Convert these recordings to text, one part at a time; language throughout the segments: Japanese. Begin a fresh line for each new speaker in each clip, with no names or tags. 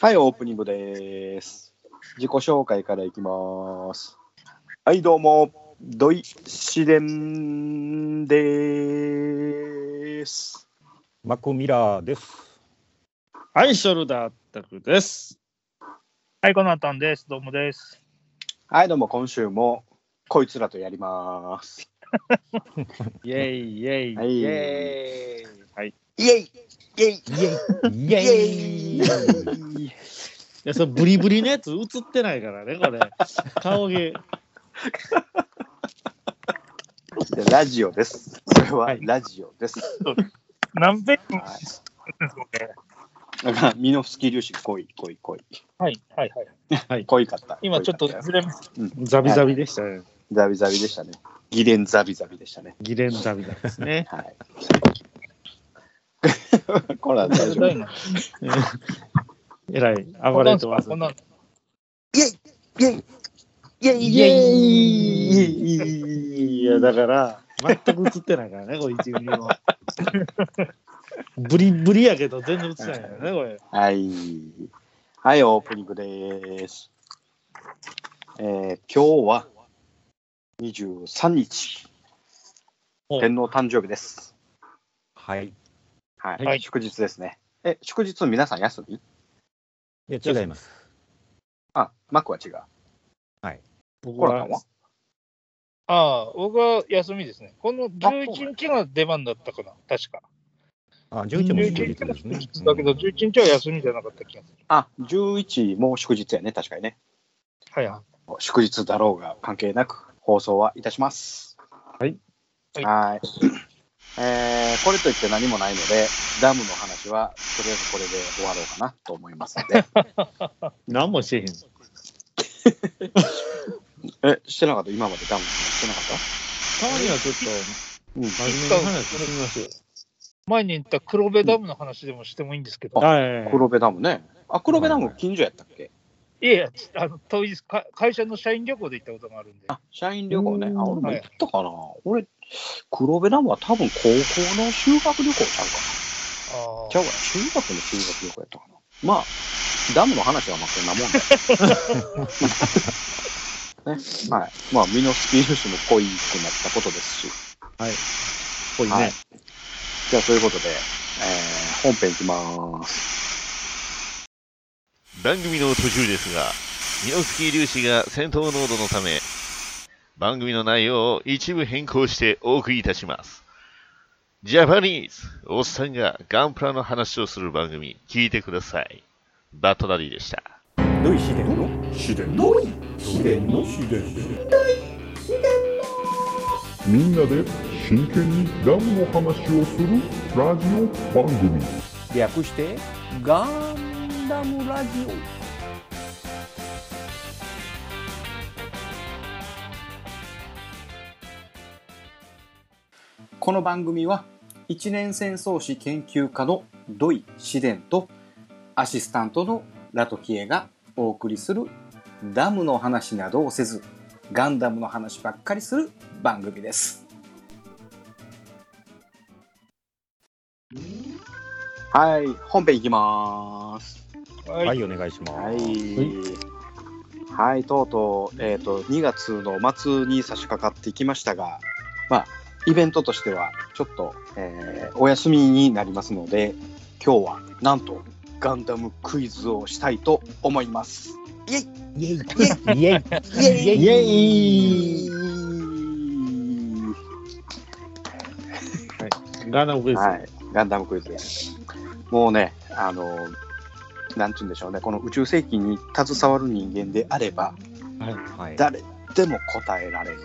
はい、オープニングです。自己紹介からいきます。はい、どうも、ドイシデンです。
マコミラーです。
はい、ショルダータクです。
はい、このあたんです。どうもです。
はい、どうも、今週もこいつらとやります。
イェイイェイイ
はい
ェイ。はい。
イ
い
ェイイェイイ
イェイイェイ
ェイ
や、そのブリブリのやつ映ってないからね、こ れ。顔毛。
でラジオです。これはラジオです。
何ペー
はい
ジ
なんか、ミノフスキー粒子、濃い、濃い、濃い。
はい、はい、はい。
はい。
濃いかった。
今ちょっとずれまし
ザビザビでしたね。
ザビザビでしたね。ギレンザビザビでしたね。
ギレンザビザビですね。
はい。これは
た。
大丈夫。
今
えらい、暴れてます。
こんなん
イェイイェイ
いや、だから、全く映ってないからね、これ一ミリ も。ブリブリやけど、全然映ってないからね、これ。
はい。はい、オープニングです。えー、今日は23日、
お
天皇誕生日です。
はい。
はい、
はい
祝日ですね。え、祝日皆さん休み
いや、違います。
あ、マックは違う。
僕
コラさんは
ああ、僕は休みですね。この
あそうなんだ
11日が出番だったかな、確か。
あ、11も
11
祝
日
日ですね。
だけど、11日は休みじゃなかった気がする。
あ、11も祝日やね、確かにね。
はい、は
祝日だろうが関係なく放送はいたします。
はい。
はい。えーこれといって何もないので、ダムの話はとりあえずこれで終わろうかなと思いますので。
何もしてへん。
え、してなかった今までダムの話してなかった
たまにはちょっ
うん。
と真面目な話してみましょう。
前に言った黒部ダムの話でもしてもいいんですけど、
はい。
黒部ダムね。あ、黒部ダム近所やったっけ
いやいや、あの遠いですか会社の社員旅行で行ったことがあるんで、
あ、社員旅行ね。あ、俺も
はい
行ったかな。俺、黒部ダムは多分高校の修学旅行ちゃうかな。
あ
ちゃうかな。中学の修学旅行やったかな。まあ、ダムの話はまあこんなもんだはい、まあ、身のスピード種も濃いくなったことですし、
ぽい
は
ね
い。じゃあ、そういうことで、えー本編いきます。
番組の途中ですが、ミノスキー粒子が戦闘濃度のため、番組の内容を一部変更してお送りいたします。ジャパニーズ、おっさんがガンプラの話をする番組、聞いてください。バットダディでした。
ドイシデンのシデンのシデンのシデン
みんなで真剣にダムの話をするラジオ番組
略して、ガンダムラジ
この番組は一年戦争史研究家の土井紫伝とアシスタントのラトキエがお送りするダムの話などをせずガンダムの話ばっかりする番組です。はい、本編いきます。
オ。は
はい、
い、お願いします。
はい、はい、とうとう、えー、と2月の末に差し掛かってきましたが、まあ、イベントとしてはちょっと、えーお休みになりますので今日はなんとガンダムクイズをしたいと思います。イエイ
イェイ
イ
イェイ
エイ
イエイ
ガーナオブです。
はい、ガンダムクイズです。もうね、あの、なんて言うんでしょうね、この宇宙世紀に携わる人間であれば、
はい。はい。
誰でも答えられる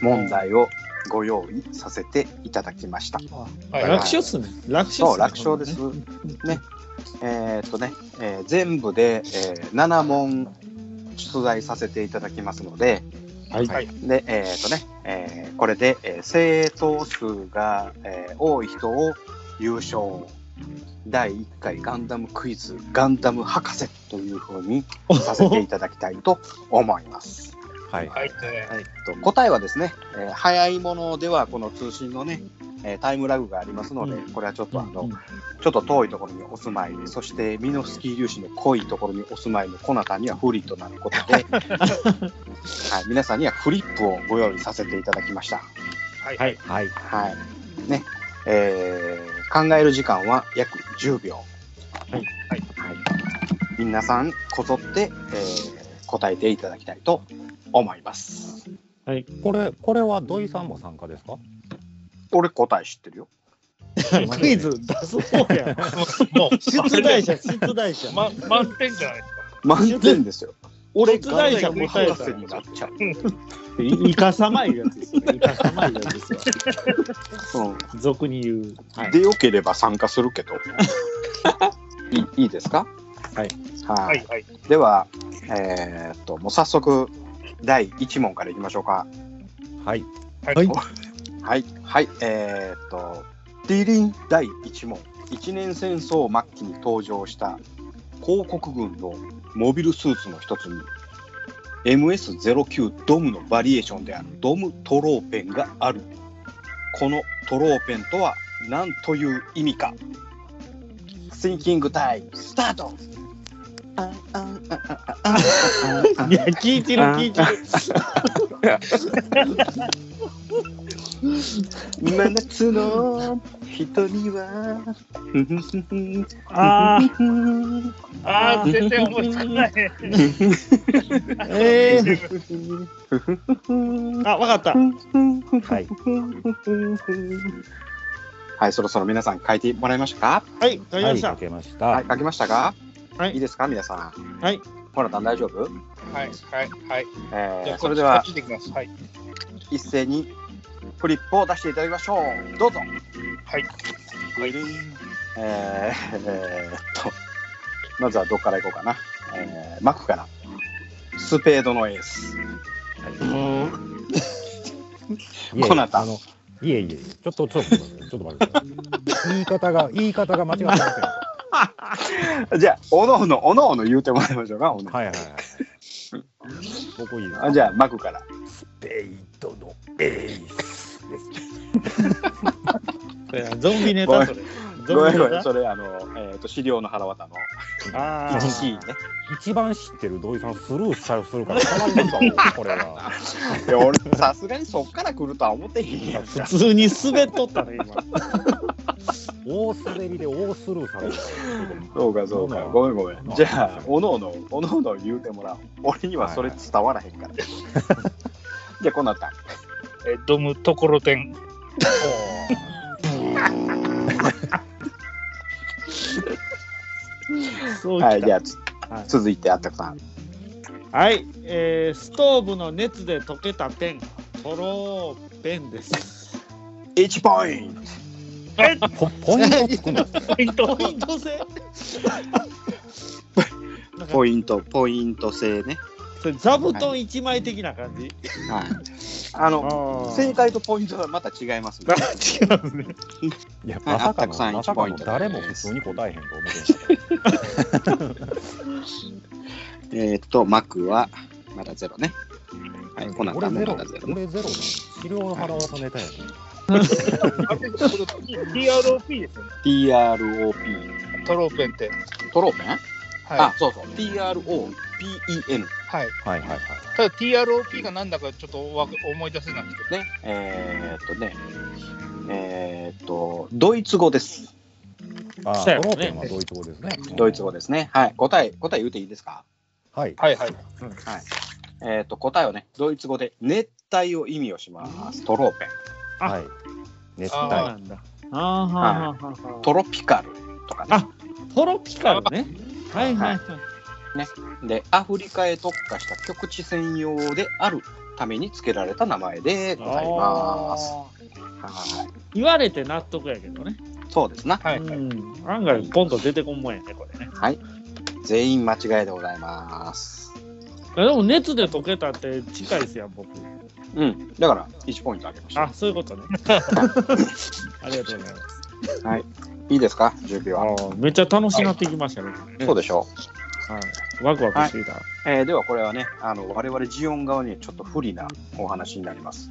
問題をご用意させていただきました。
はい、
楽
は
勝っすね。楽勝っすね
そう、楽勝です。。ね。えーっとね、えー全部で、えー7問出題させていただきますので、
はい。
はい
で、えーっとね、えーこれで、えー正答数が、えー多い人を優勝。第1回ガンダムクイズ、ガンダム博士というふうにさせていただきたいと思います。
はい。
はい。えー
えっと答えはですね、えー早いものではこの通信のね、えータイムラグがありますので、
うん
これはちょっとあの、
うん
ちょっと遠いところにお住まいで、そしてミノフスキー粒子の濃いところにお住まいのコナタには不利となること で、はい、皆さんにはフリップをご用意させていただきました。
はい。
はい。
はい。
はい。ね。えー考える時間は約10秒。はいはい。皆さん、こぞって、えー答えていただきたいと思います。
これ、これは土井さんも参加ですか。
俺答え知ってるよ。
クイズ出そうやん。
もう、
出題者、出題者。
ま、満点じゃないですか。
満点ですよ。俺、
出題者
も
答えたら
になっちゃう。
いイカ様いうやつですよ。イカ様いうやつですよ。
うん
俗に言う。はい。
でよければ参加するけど。いいいですか
はい。
は
はいい。はい。
では、えーっと、もう早速、第1問からいきましょうか。
はい。
はい。
はい。はい。えーっと、ディリン第1問。一年戦争末期に登場した広告軍のモビルスーツの一つに、MS09 ドムのバリエーションであるドムトローペンがある。このトローペンとは何という意味か ?Thinking time, スタート
いや、聞いてる、聞いてる。
真夏の 人には。
あ
ああ、全然思いつかない。
あ、ええ あ、わかった。はい。
はい、そろそろ皆さん書いてもらいましたか。
はい、わかり
は
ま
い。
した。
かけました。
はい、書きましたか。
はい
いいですか、皆さん。
はい。
ほら、大丈夫。
はい。はい。はい。
え
じゃ
ー
あ、
それでは
こっちでいきます。はい。
一斉にフリップを出していただきましょう。どうぞ。
はい。
はい。えー、えーっと、まずはどっから行こうかな。えー、マックから。スペードのエース。
いえいえ
こなた
あの。いえいえ、ちょっと、ちょっと、ちょっと待ってください。言い方が、言い方が間違ってません。は
じゃあ、おのおの、おのおの言うてもらいましょうか。おの
いはい はい。僕いいです
あ
か。
じゃあ、マックから。
ベイトのエースです。
これゾンビネタそれ。
ごめん
ゾンビ
ご
ネ
めん、
タ。
それ、あの、えーっと、資料の腹渡の
あ
一シーンね。
一番知ってる土井さんスルーしたりするからたまんないんだもんこれ は。
いや俺さすがにそっから来るとは思ってへんやん
あ、普通に滑っとったね、今。
大滑りで大スルーされるから。
そうかそうかごめんごめんじゃあおのおのおのおの言うてもらおう俺にはそれ伝わらへんから、じゃあこうなった
えー、ドムところてん。
そう
は
き
い
た
じゃあつ、
はい
続いてあったくさん
はい、えー、ストーブの熱で溶けたペン、トローペンです。
1ポイント
え、
ポポイントつくの。
ポイント。
ポイント制
ポイントポイント制ね
それ座布団一枚的な感じ。
はいあの
あ
正解とポイントはまた違いますね
違うんね。
いやまさか
あたくさ
の
ん
まさか
一ポイン
の
ト
誰も普通に答えへんと思ってなかっ
えーっとマクはまだゼロねはいこうな
た。
った
俺
も
ゼ
ま
ロ
だゼロ。ね
俺ゼロなの。資料の腹を止めたやつ。
あれこれ TROP ですよね。
TROP
トローペンって。
トローペン、あ
は
そうそう TROPEN
い。はい。
はいはいはい。
ただ TROP がなんだかちょっとわ思い出せなくて。
ね、えーっとね、えーっと、ドイツ語です。
あ
そうや
ー、
ろ
ト
ね
ローペンはドイツ語ですね。
ドイツ語ですね。はい、答え、答え言うていいですか。
はい。
はいはい。
えーっと、答えはね、ドイツ語で熱帯を意味をします。トローペ
あ
はい。熱
そう
帯。
あ
なんだ。あーはーはーはーは
ン、
ー
トロピカルとかね。
あトロピカルね。はいはいはい。
で、アフリカへ特化した局地専用であるために付けられた名前でございます。
あー
はい、
言われて納得やけどね。
そうですな。
はい。
うん案外ポンと出てこんもんやね、これね。
はい、全員間違いでございます。
でも熱で溶けたって近いですやん、僕。
うん、だから、1ポイントあげました。
あ、そういうことね。 ありがとうございます。
いいですか、10秒。
めっちゃ楽しなってきましたね。
そうでしょう。
はい。ワクワクしていた。
えーではこれはね、あの我々ジオン側にはちょっと不利なお話になります。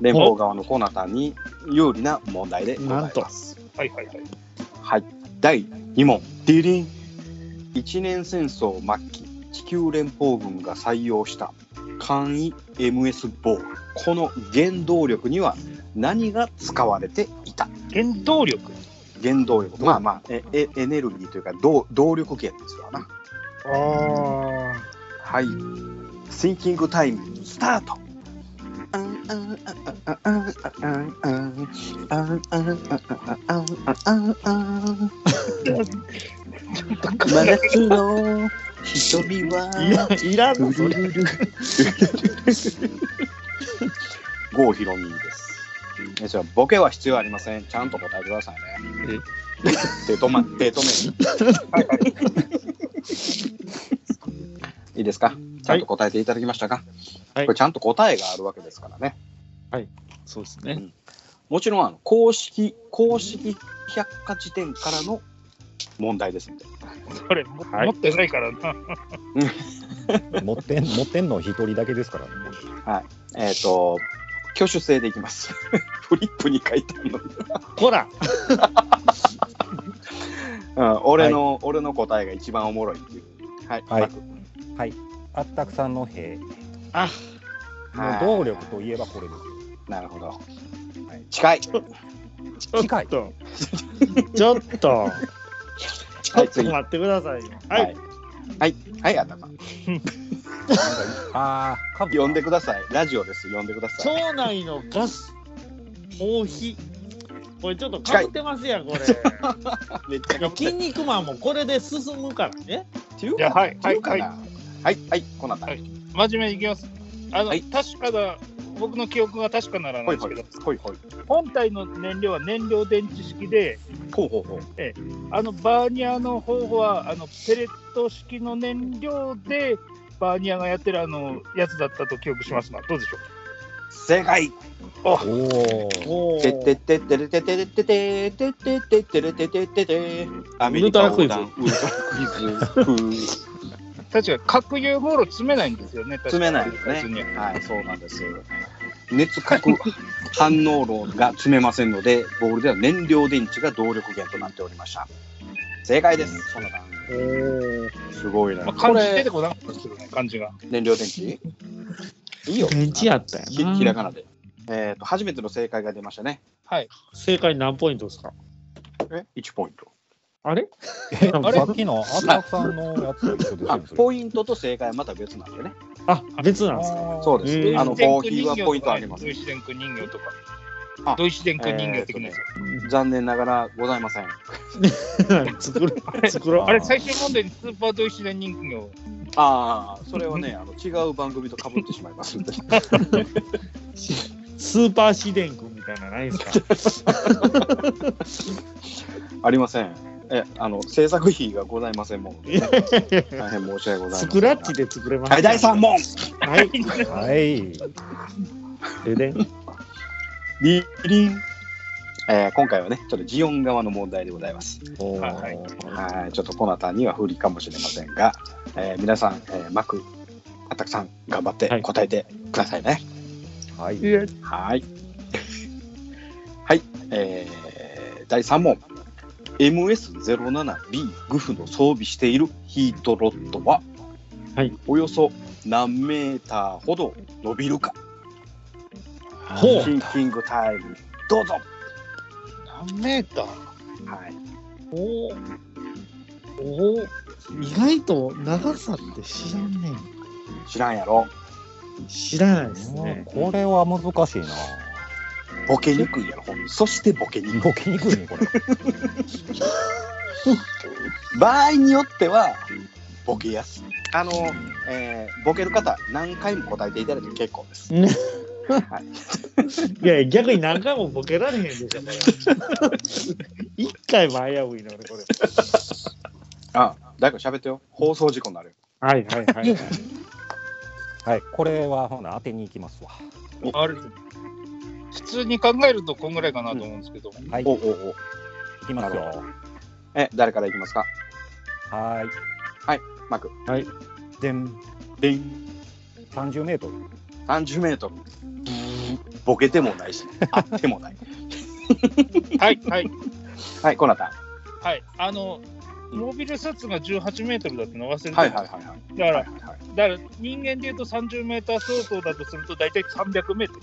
連邦側のコナタに有利な問題でございます。
はいはいはい。
はい、第2問。ディリン。一年戦争末期、地球連邦軍が採用した簡易 MS ボール。この原動力には何が使われていた
原動力。
原動力。まあまあ、ええエネルギーというか動動力源ですわな。
あ
はい。シンキングタイムスタート。真夏の瞳
あ。い
は
や、いらんのそれ
郷ひろみです。ですよボケは必要ありません。ちゃんと答えてくださいね。手止ま、手止め。いいですか。ちゃんと答えていただきましたか。
はい
これちゃんと答えがあるわけですからね。
そうですね。
もちろんあの公式公式百科事典からの問題ですので。
それ、も
はい
持ってないからな。
持ってん持ってんの一人だけですからね。
えっ、と挙手制でいきます。 フリップに書いてあるのに。
ほら
うん、俺の、俺の答えが一番おもろいっていう。はい。
はい
パク
あったくさんの兵。
あ
はい
もう動力といえばこれで
なるほど。近い。
ちょっ
近い
と。ちょっと。ちょっと
次
待ってくださいよ。はい。。
はい。はい、あたま。
すよ。なんかああ、かぶ
呼んでください。ラジオです。呼んでください。
町内のガス放費。これちょっと
近
か
い
ぶってますやん、これ。
めっちゃ
いや筋肉マンもこれで進むからね。
っていう
いや
か、
は
はいい、はい、はい。はい、はい、こなた。は
はい
い、
真面目にいきます。あの、
はい
確かだ。僕の記憶が確かならなん
ほい
です
ほい。ほ
けど、
いほい。
本体の燃料は燃料電池式で、
ほうほうほう。
あのバーニャの方法はあのペレット式の燃料でバーニャがやってるあのやつだったと記憶しますが、どうでしょう
正解。
おおー。
お
てってってってれててれててててててれててててアメリカ横断ウルトラクイズ風
確か核融合炉詰めないんですよね、確か
詰めないです
別に
ねはいそうなんです熱核反応炉が詰めませんのでボールでは燃料電池が動力源となっておりました正解ですそんな感
おー
じすごいな
まあ、
こ
漢字出
れ
てこなかったですけどね、漢字が。
燃料電池いいよ
電池やったよ
ひひらがなでえっと初めての正解が出ましたね
はい。
正解何ポイントですか
え1ポイント
あれ
え
あれ
さっきのあったくさんのやつと一緒です
あ
よねそれ。
ポイントと正解はまた別なんでね
あ、別なんですか
そうです、
うん
あのコーヒーはポイントあります
ドイツ電空人形と
あ
か、ドイツ電空人形的なやつ。
残念ながらございません。
作ろう作ろう
あれ、最終問題にスーパードイツ電人形。
ああ、それはね、あの違う番組とかぶってしまいますん で。
スーパーシデン君みたいなのな いですか
ありません。え、あの制作費がございませんもん、ね。大変申し訳ございません。
スクラッチ。で作れます
はい、第3問。
は
は
い
い。
でで
リリン。えー今回はね、ちょっとジオン側の問題でございます。
おー
はい
はい、ちょっとこなたには不利かもしれませんが、えー皆さん、えー、マク、あたくさん頑張って答えてくださいね。
はい。
はい。はい、えー、第3問。MS-07B グフの装備しているヒートロッドは、
はい
およそ何メーターほど伸びるか
ほう
シンキングタイムどうぞ、
何メーター
はい、
おーおー意外と長さって知らんね
知らんやろ
ん知らないですね
これは難しいな。
ボケにくいやろほんそしてボケにくい
動きにくいね、これ。
場合によってはボケやすいあの、えーボケる方何回も答えていただいて結構です
ね
はい
いや逆に何回もボケられへん でしょこれ一回も危ういな俺これ
あ誰か喋ってよ放送事故になるよ
はいはいはい
はい、これはほな当てに行きますわ。
あれ普通に考えるとこんぐらいかなと思うんです けど、
はい、
お
行
おお
きますよ。
え誰からいきますか
はい。
はい、幕。
でん
でん
30メートル。
30メートル。ボケてもない し、あってもない。
はい、はい、
はい、こなた。
はい。あの、モービルスーツが18メートルだっての忘れてた
はいはいはいはい。
だから、
はいはい、
だから人間で言うと30メーター相当だとすると大体300メートル。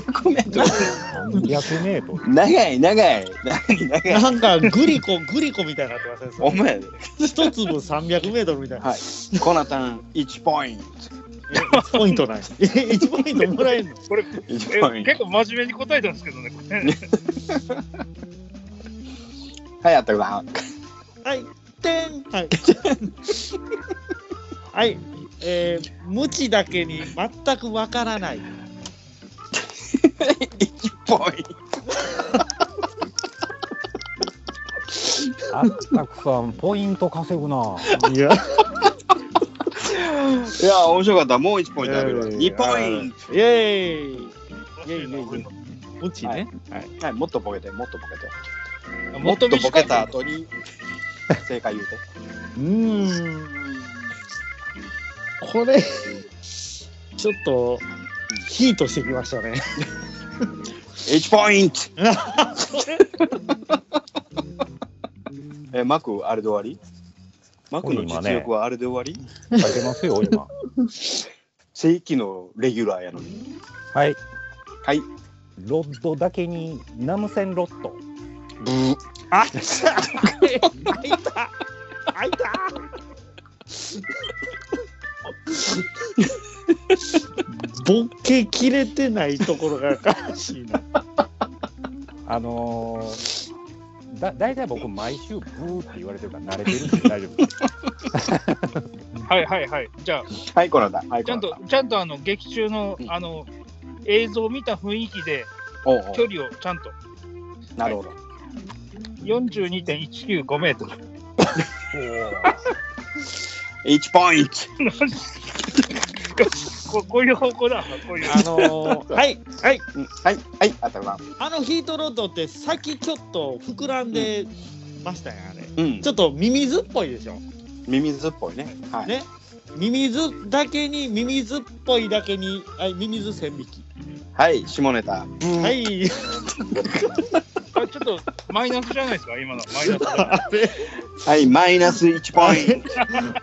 300メート
300メートル。
ル。長い長い長い長い。
なんかグリコ、グリコみたいになってませんそ
お
れ
前やで。
一粒300メートルみたいな。
はい。コナタン1ポイント。
1ポイン トない。1ポイントもらえんの。
これ、え
1ポイント。
結構真面目に答えたんですけどね、これ
はい、あったくさん。
はい、てん。はい。 はい。えー、無知だけに全くわからない。
1ポイント。
あったくさん、ポイント稼ぐな。
いや、
いや、面白かった。もう1ポイントあるよ。
えー
2ポイント。
イエーイ。
い
やいやいや無知ね。
はい、もっとボケて、もっとボケて。
や
もっとボケた。後に、正解言うて。
うーん。これ、ちょっと、ヒートしてきましたね。
1ポイントえ、マク、あれで終わりマクの実力はあれで終わり、
書いてますよ、今。
正規のレギュラーやのに。
はい。
はい。
ロッドだけに、ナムセンロット。
ブー。
あっちゃ開いた開いたボケ切れてないところが悲しいな。
あのーだ大体僕毎週ブーって言われてるから慣れてるんで大丈夫です
はいはいはい。じゃあ、
はい、こなた。はい、
ちゃん
コ
と
ナ、
ちゃんとあの、劇中の
う、ん
あの、映像を見た雰囲気で、
タおうお
距離をちゃんと、
うなるほど。
42.195メートル。
1ポイント
ここういう方向だ、こういう。
あのーはいはい
うんはい、はい、あったくさん。
あのヒートロッドって先ちょっと膨らんでましたよねあれ。
うん
ち。ょっとミミズっぽいでしょ。
ミミズっぽいね。はい。
ねミミズだけにミミズっぽいだけにはいミミズ線引き。
はい、下ネタ。
はい。
あちょっとマイナスじゃないですか、今の。マイナス。
あれ
はい、マイナス1ポイント。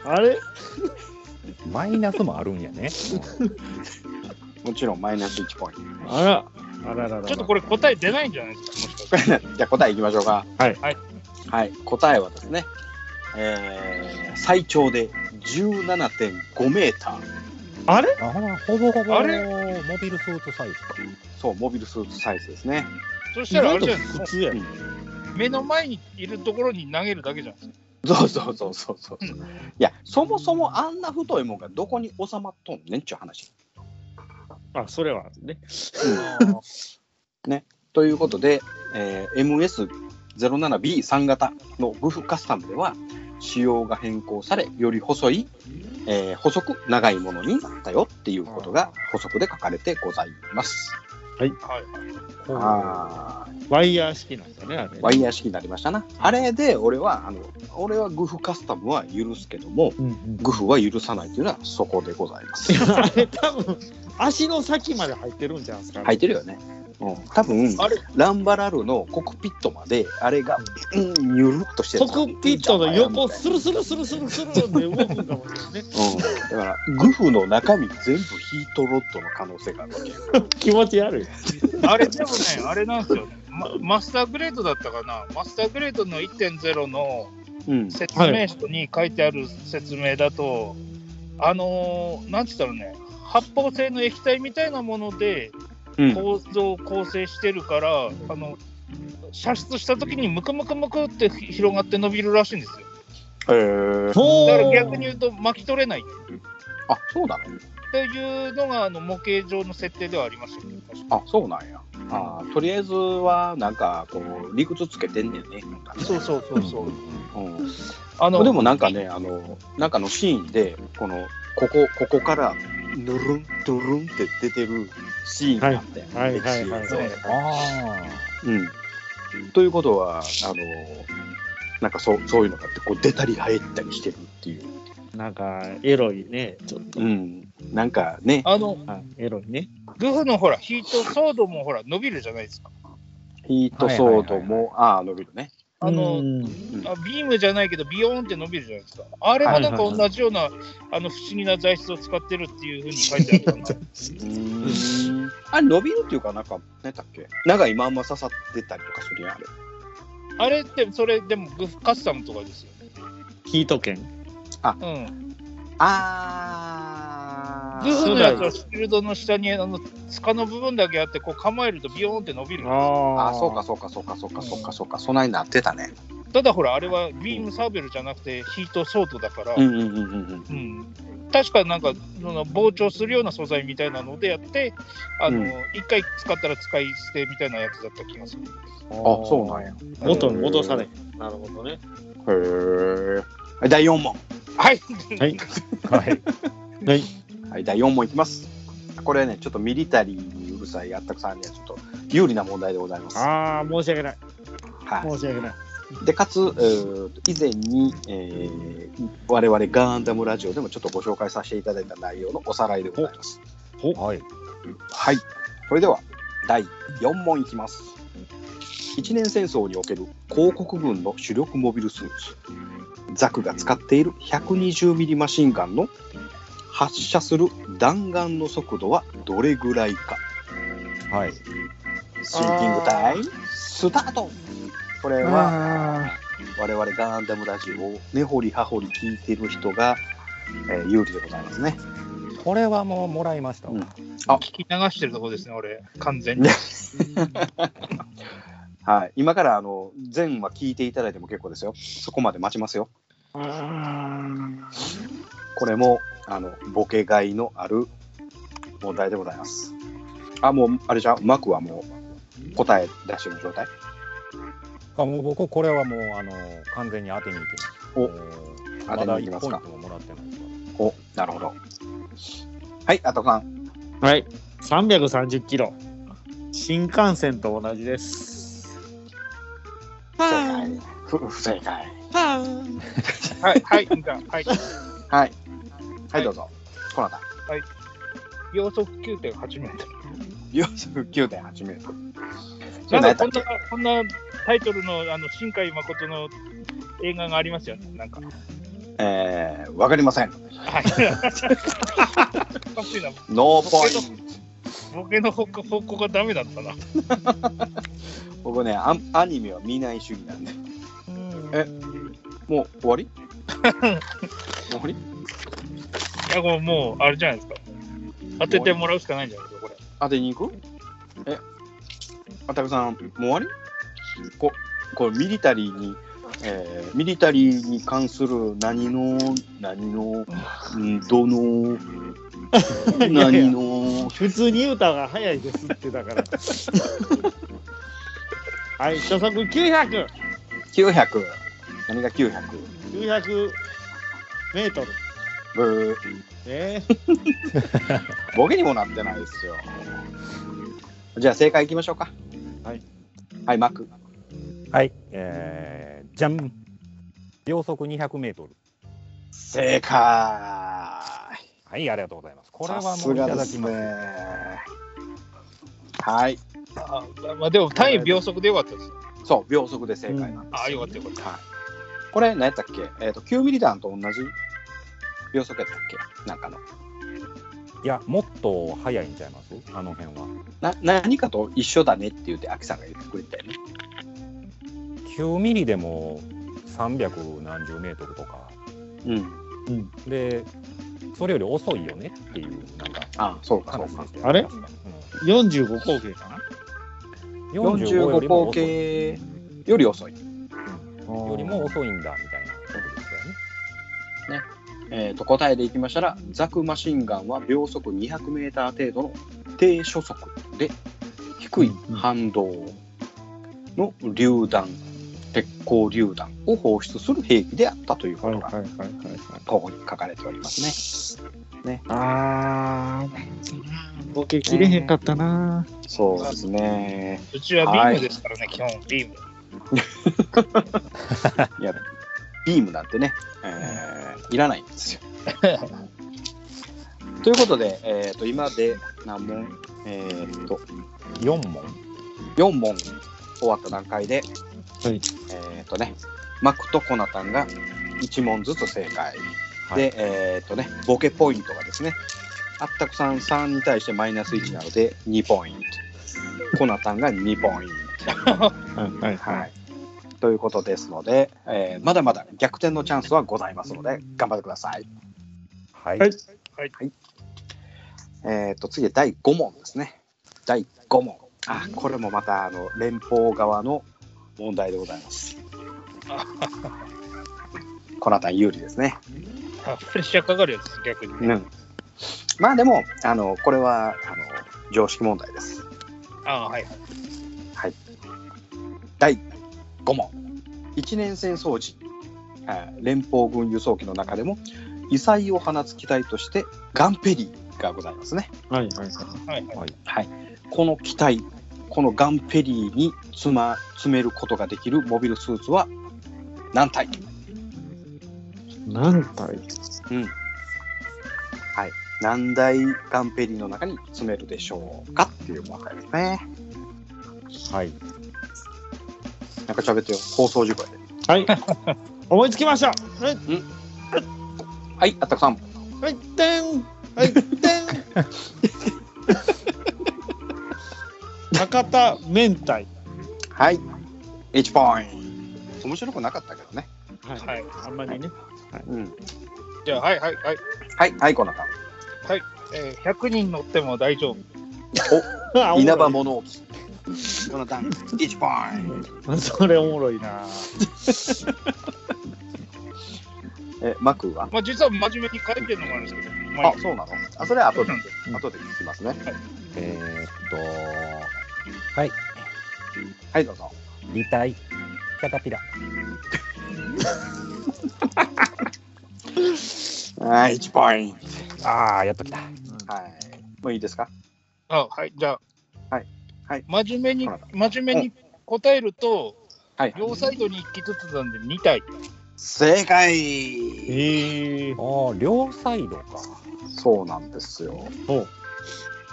あれ
マイナスもあるんやね。
もちろんマイナス1ポイント。
あらあらららら
ちょっとこれ答え出ないんじゃないですか、もしかして。
じゃあ答えいきましょうか。
はい
はい。
はい、答えはですね、えー、最長で17.5メーター。
あれ
あほらほぼほぼ
あ
モ
れ
ビルスーツサイズか。
そう、モビルスーツサイズですね。
そし
意
たらあ
外
れ
と
じゃないです
普
か、
通やね。
目の前にいるところに投げるだけじゃないですか。
そうそうそうそうそう。いや、そもそもあんな太いもんがどこに収まっとんねんっちゅう話。
あ、それはね。
ということで、えー MS07B3 型のグフカスタムでは、仕様が変更され、より細い、えー細く長いものになったよっていうことが補足で書かれてございます。
はい。
ほう
あー
ワイヤー式なんだね、あれ。
ワイヤー式になりましたな。あれで俺は、あの俺はグフカスタムは許すけども、
うんうん
グフは許さないというのはそこでございます。
あれ、多分足の先まで入ってるんじゃないですか。
入ってるよね。うん、多分
あれ
ランバラルのコックピットまであれが、うん、ゆるっとして
コックピットの横、
うん、だ
スルスルスルスルスルって動くんかもしれないね。
からグフの中身全部ヒートロッドの可能性があるわけや
気持ち悪い。
あれでもね、あれなんですよ、まマスターグレードだったかな、マスターグレードの1.0の
うん
説明書に書いてある説明だと、あのー、なんつったらね、発泡性の液体みたいなもので
うん
構造を構成してるから、あの射出した時にムクムクムクって広がって伸びるらしいんですよ。
えー、
ほ
だから逆に言うと巻き取れない
あそうだね
というのがあの模型上の設定ではありましたよね。確か
あそうなんやあーとりあえずはなんかこう理屈つけてんねんねなんかね
そうそうそうそう。
うん
あの
でもなんかね、あの、なんかのシーンで、この、ここ、ここから、ぬるん、ぬるんって出てるシーンがあって。
はいはいはいはい
歴史映像で
あ
うん。ということは、あの、なんかそう、そういうのがあって、こう出たり入ったりしてるっていう。
なんか、エロいね。ちょっと、
うん。なんかね、
あの、
あエロいね。
グフのほら、ヒートソードもほら、伸びるじゃないですか。
ヒートソードも、ああ、伸びるね。
あの、
うん
あビームじゃないけど、ビヨーンって伸びるじゃないですか。あれもなんか同じような、あの、不思議な材質を使ってるっていうふうに 書いてあった
う
んで。
ん。あれ伸びるっていうか、なんか、何だっけ長いまんま刺さってたりとかするやん、あれ。
あれって、それでもグフカスタムとかですよね。
ヒート券。
うん。
あ
グフのやつはシールドの下に、あの、塚の部分だけあって、こう構えるとビヨーンって伸びる。
あ
あ
あ、そうか、。そうか、そうか、そうか、そうか、そうか、そないなってたね。
ただほら、あれはビームサーベルじゃなくて、ヒートソードだから。
うんうんうんうん
うん、確かなんかその膨張するような素材みたいなのでやってあ
う
の、
ん
一回使ったら使い捨てみたいなやつだった気がする
あ、そうなんや。
元に戻されへん。なるほどね。
へえ。第4問。
はい、
は
は
い。
い。
はい。
はい、第4問いきます。これね、ちょっとミリタリーにうるさいあったくさんにはちょっと有利な問題でございます。は
ああ、申し訳な
い、
い。申し訳ない。
で、かつ、えー以前に、えー我々ガンダムラジオでもちょっとご紹介させていただいた内容のおさらいでございます。
はい。
はい、それでは第4問いきます。一年戦争における広告軍の主力モビルスーツ、ザクが使っている120ミリマシンガンの発射する弾丸の速度はどれぐらいか。
はい。
シンキングタイムスタートこれは
あ
我々ガンダムラジオを根掘り葉掘り聞いてる人が、えー有利でございますね。
これはもうもらいましたわ。
うん
聞き流してるとこですね俺完全に
ねはい、今からあの前は聞いていただいても結構ですよ。そこまで待ちますよ。これもあのボケがいのある問題でございます。あ、もうあれじゃん、マクはもう答え出しの状態。
あもう僕これはもうあの完全に当てにいって
お
お
当
ま
てに
だ
いき
1
ま
ポ
す
イン
か
トももらってないです
お、なるほど。はい、あとさん。
ーはい。330キロ。新幹線と同じです。
不正解。ふ不正解。
はいはいじゃあはい
はい。はい、どうぞ。こなた。
秒速9.8メートル
49.8メートル。それ何
な
や
ん
った
か
っけ
こんなこんなタイトルのあの新海誠の映画がありますよねなんか
えー、わかりません。
はいおかしいな
ノーポイント。
ボケの方向方向がダメだったな
僕ねア、アニメは見ない主義なんで。え、もう終わり 終わり
いやもうもうあれじゃないですか当ててもらうしかないんじゃないですかこれ
当てに行くえ、あたくさん、もう終わりここれミリタリーに、えーミリタリーに関する何の、何 の、うんどの、何の、
普通に言うたが早いですってだ から。はい、初速900。
900。何が900
900メートル。
ブー。
えー、
ボケにもなってないですよ。じゃあ正解いきましょうか。
はい。
はい、マック。
はい。えー、じゃん。秒速200メートル。
正解。
はい、ありがとうございます。これは
さ
も
す
うい
が
た
で
だ
す
き
ね
ます。。
はい。
あまあでも単位秒速でよかったです。
そう、秒速で正解なんで
あ
す
あよ
よ。
かったよかった。
はい。これ、何やったっけえっ、と、9ミリ弾と同じ秒速やったっけなんかの。
いや、もっと早いんちゃいますあの辺は。
な何かと一緒だねって言って、アキさんが言ってくれたよね。
9ミリでも300何十メートルとか。
うん。
で、それより遅いよねっていう、なんか
あそうか、そう
話
か
で。して
あれ
うん
45口径かな。
45より
45
も
口
遅いよ
径より遅い。
りも遅いんだみたいなことでしたよね。
えー、と答えでいきましたらザクマシンガンは秒速 200m 程度の低初速で低い反動の榴弾鉄鋼榴弾を放出する兵器であったということが
いはいはい。
ここに書かれておりますね。
あー、ボケ切れへんかったな。
そうですね。
うちはビームですからね、基本ビーム。
いやビームなんてね、えーいらないんですよ。 ということで、えー、と今で何問えー、と
4問。
4問終わった段階で、
はい
えっ、とねマクとコナタンが1問ずつ正解、
はい
でえっ、とねボケポイントがですねあったくさん3に対してマイナス1なので2ポイントコナタンが2ポイント
はいはい。
はい、ということですので、えーまだまだ逆転のチャンスはございますので頑張ってください。
はい。
はい
えー、と次第5問ですね。第5問。あこれもまたあの連邦側の問題でござい ます。この辺り有利ですね。
あプレッシャーかかるやつです逆にね、
うん、まあでもあのこれはあの常識問題です。
あはい
第5問一年戦争時あー連邦軍輸送機の中でも異彩を放つ機体としてガンペリーがございますね、
はいはい。
はいはい
はい、この機体このガンペリーに詰,、ま、詰めることができるモビルスーツは何体
何体
何台ガンペリーの中に詰めるでしょうかっていう問題ですね
はい。
なんか喋ってよ放送事故やで
はい。 思いつきました。はい。
はいあったくさん
はい。てん。はい。てん。 博多明太。
はい1ポイント面白くなかったけどね
はい
はい
あんま りね。
うん
じゃあはいはいはい
はいはいこの方
えー、100人乗っても大丈夫
稲葉。物置。この段、1ポイント。
それおもろいな。
え、マクは
まあ実は真面目に書いてるのもあるんですけどまあ
あ、そうなのあ、それは後で、
うん
後で聞きますね。
えー、っと、はい。
はい、どうぞ。
立体。キャタピラ。
はい、1ポイン
ああ、やっときた。
ト。はい。もういいですか
あはいじゃあ
はいはい
真面目に
わか
真面目に答えると
はい。
両サイドに1機ずつなんで2体
正解
ええ。
ああ、両サイドか。
そうなんですよ。
お。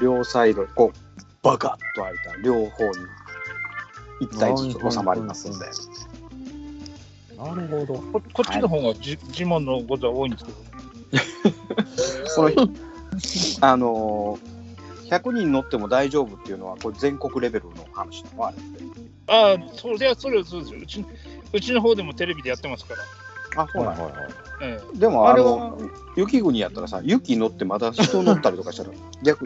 両サイド、こう、バカッと開いた両方に1体ずつ収まりますんで。
なるほど。
ここっちの方がじ、ジモンのことは多いんですけど
この、 あのー、100人乗っても大丈夫っていうのは、これ全国レベルの話なのあれって。
ああそれはそれはそうですようちうちの方でもテレビでやってますから、
あ、そうなの
はいはいはい。
え
でも
あ
あ
れは
の雪国やったらさ雪乗ってまだ人乗ったりとかしたら逆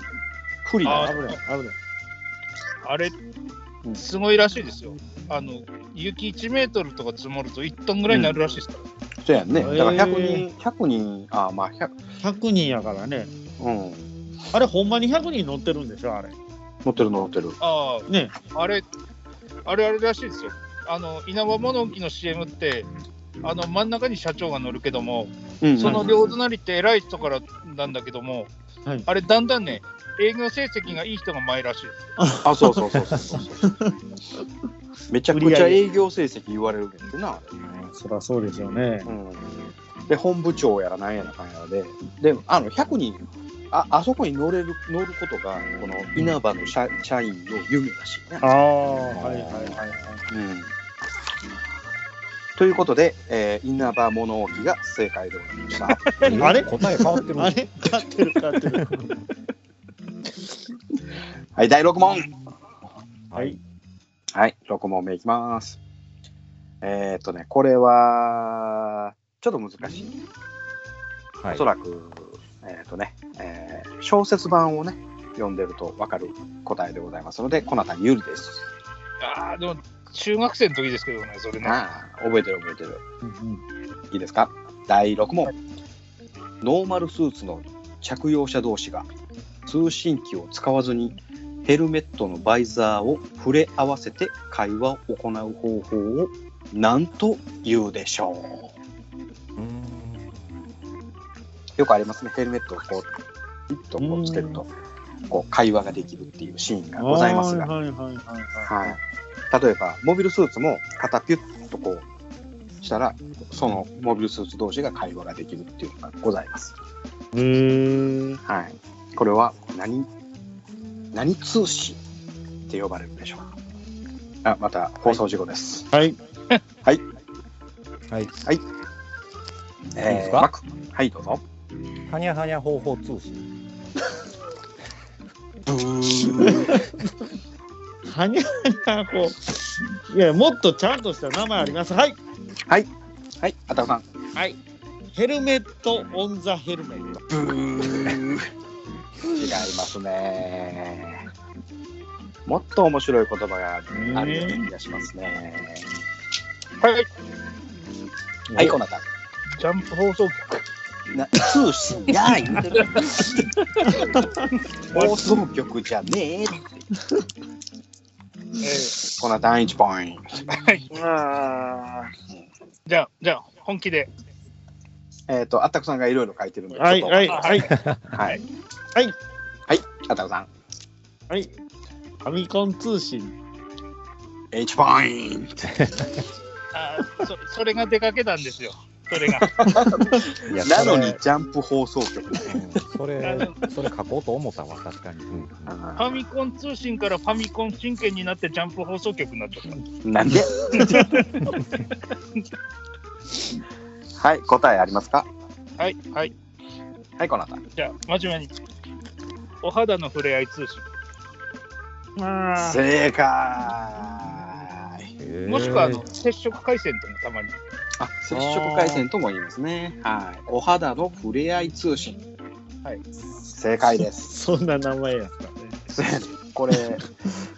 不利
え
な
あ
の
危ない危ない。
あれ
うん
すごいらしいですよあの雪1メートルとか積もると1トンぐらいになるらしいですから、
そうやんねだから100人
へ
100人あまあ100
百人やからね。
うん
あれほんまに百人乗ってるんでしょあれ。
乗ってる乗ってる
ああ
ね。
あれ、あれあれらしいですよ。あの稲葉物置の CM って、あの真ん中に社長が乗るけども、
うん
その両隣って偉い人からなんだけども、
はい
あれ、だんだんね、営業成績がいい人が前らしいです。
あそうそうそうそう そうそうめちゃくちゃ営業成績言われるけどなあ
そりゃそうですよね
れ、。うん、で本部長やらなんやらかんやらでであの100人ああそこに乗れる乗ることがこの稲葉の社社員の夢らしいね
ああ、はいはいはいはい。
うんということで、えー、稲葉物置が正解でございました。
あれ
答え変わってる。
あれ合ってる合ってる。
はい、第6問。
はい。
はい、6問目いきます。えー、っとね、これは、ちょっと難しい。
は
お
い
そ。らく、えーっとね、えー小説版をね、読んでるとわかる答えでございますので、こなたに有利です。
ああ、でも中学生の時ですけどね、それね。
ああ、覚えてる覚えてる。いいですか第6問、ノーマルスーツの着用者同士が通信機を使わずにヘルメットのバイザーを触れ合わせて会話を行う方法を何と言うでしょうよくありますねヘルメットをこうピッとこうつけるとこう会話ができるっていうシーンがございますが、
はいはいはいはい。
はい、例えばモビルスーツも肩ピュッとこうしたらそのモビルスーツ同士が会話ができるっていうのがございます。
うーん。
はい、これは何何通信って呼ばれるでしょうあまた放送事故です。
はい。
はい。
えー
いいですか
マックはいどうぞ。
はにゃはにゃ方法通信。
はにゃはにゃ、こう。いや、もっとちゃんとした名前あります。はい。
はいあたこさん。
はい。ヘルメットオンザヘルメット。
違いますね。もっと面白い言葉があるような気がしますね。
はい、
はい、こんな感
ジャンプ放送局。
じ。な通信やい言うてる放送局じゃねえ。
えー
こんな単一ポイント。
じゃあ、じゃあ、本気で。
えっ、と、あったくさんがいろいろ書いてるんで。
はい、
ちょっ
はい、はい。
とはい。
はい
はい。あったくさん。
はい。ファミコン通信。
H ポイント。
あーそ それが出かけたんですよ。それが。
いや
なのに
それ
ジャンプ放送局。
うんそれ、それ書こうと思ったわ、確かに。うん
ファミコン通信からファミコン神経になってジャンプ放送局になっちゃった。
なんではい、答えありますか
はい、はい。
はい、この後。
じゃあ、真面目に。お肌の触れ合い通信。
あ
正解
えー
もしくは、あの、接触回線ともたまに。
あ接触回線とも言いますね。はい。お肌の触れ合い通信。
はい。
正解です。
そんな名前や ったね。
これ、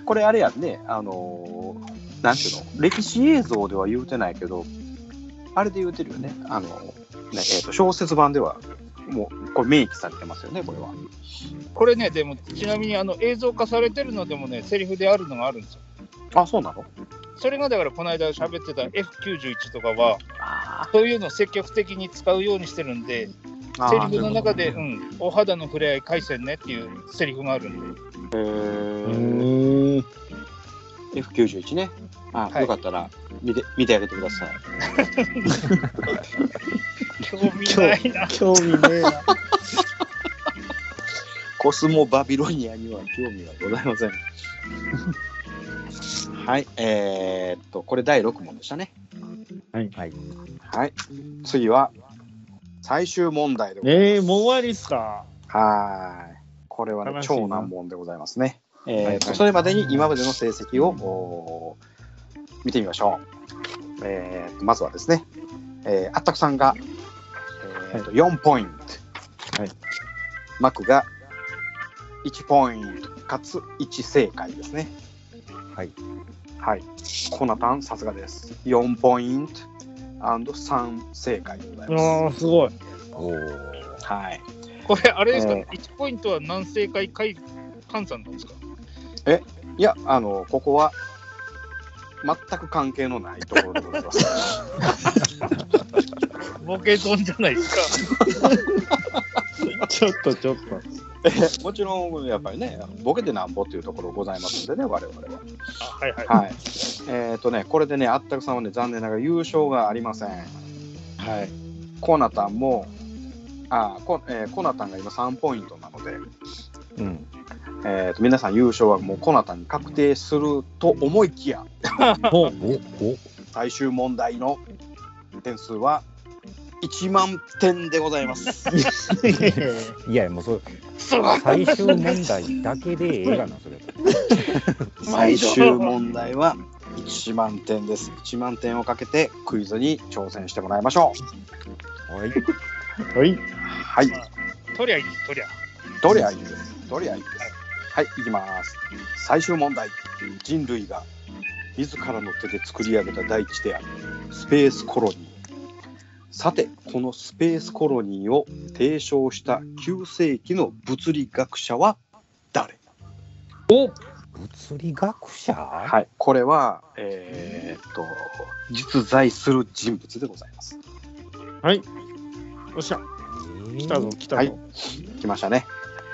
これあれやんね、あのーなんていうの、歴史映像では言うてないけど、あれで言うてるよね。あのねえーと小説版では、もう、これ明記されてますよね、これは。
これね、でも、ちなみに、あの、映像化されてるのでもね、セリフであるのがあるんですよ。
あ、そうなの
それがだから、この間喋ってた F91 とかは、
あ
そういうのを積極的に使うようにしてるんで、
ー
セリフの中で、うん、お肌の触れ合い回線ねっていうセリフがあるんで、
え
う
ー、
ーん。
F91 ね。あ、
はい
よかったら見て、見てあげてください。
興味ないな。
興味ねえ な。
コスモバビロニアには興味がございません。 はい、えー、っと、これ第6問でしたね。
はい。
はい、次は最終問題でございます。
えー、もう終わりっすか。
はーい。これはね
悲、しいな
超難問でございますね。
は
えー
い
とそれまでに今までの成績を、おー見てみましょう。えーとまずはですね、えー、あったくさんが、えーと4ポイント、
はい
マクが1ポイントかつ1正解ですね。
はい。
はい。コナタン、さすがです。4ポイント &3 正解でございま
ああ、すごい。
おお。
す。はい。
これ、あれですか、
え
1ポイントは何正解回換算なんですか
いや、あの、ここは全く関係のないところでございます。
ボケ損じゃないですか。
ちょっとちょっと。
もちろん、やっぱりね、ボケてなんぼっていうところございますんでね、我々は。
あはいはい。
はい。えっ、とね、これでね、あったくさんはね、残念ながら優勝がありません。
はい。
コナタンも、あこ、えーコナタンが今3ポイントなので、
うん。
えーと皆さん優勝はもうコナタンに確定すると思いきや、
ほう。
おお。
最終問題の点数は1万点でございます。
いやいや、もうそれ、
そう
最終問題だけでええがな、それ。
最終問題は1万点です。1万点をかけてクイズに挑戦してもらいましょ
はい。
はい。
う。はい。
とりゃいい、とりゃ。
どれはいいです。どれはいいです。はい、いきます。最終問題。人類が自らの手で作り上げた大地であるスペースコロニー。さて、このスペースコロニーを提唱した9世紀の物理学者は誰
物理学者。は
はい、これは、えーっと、実在する人物でございます。
おっし
い。
ゃ。来たぞ、来たぞ。
はいきましたね。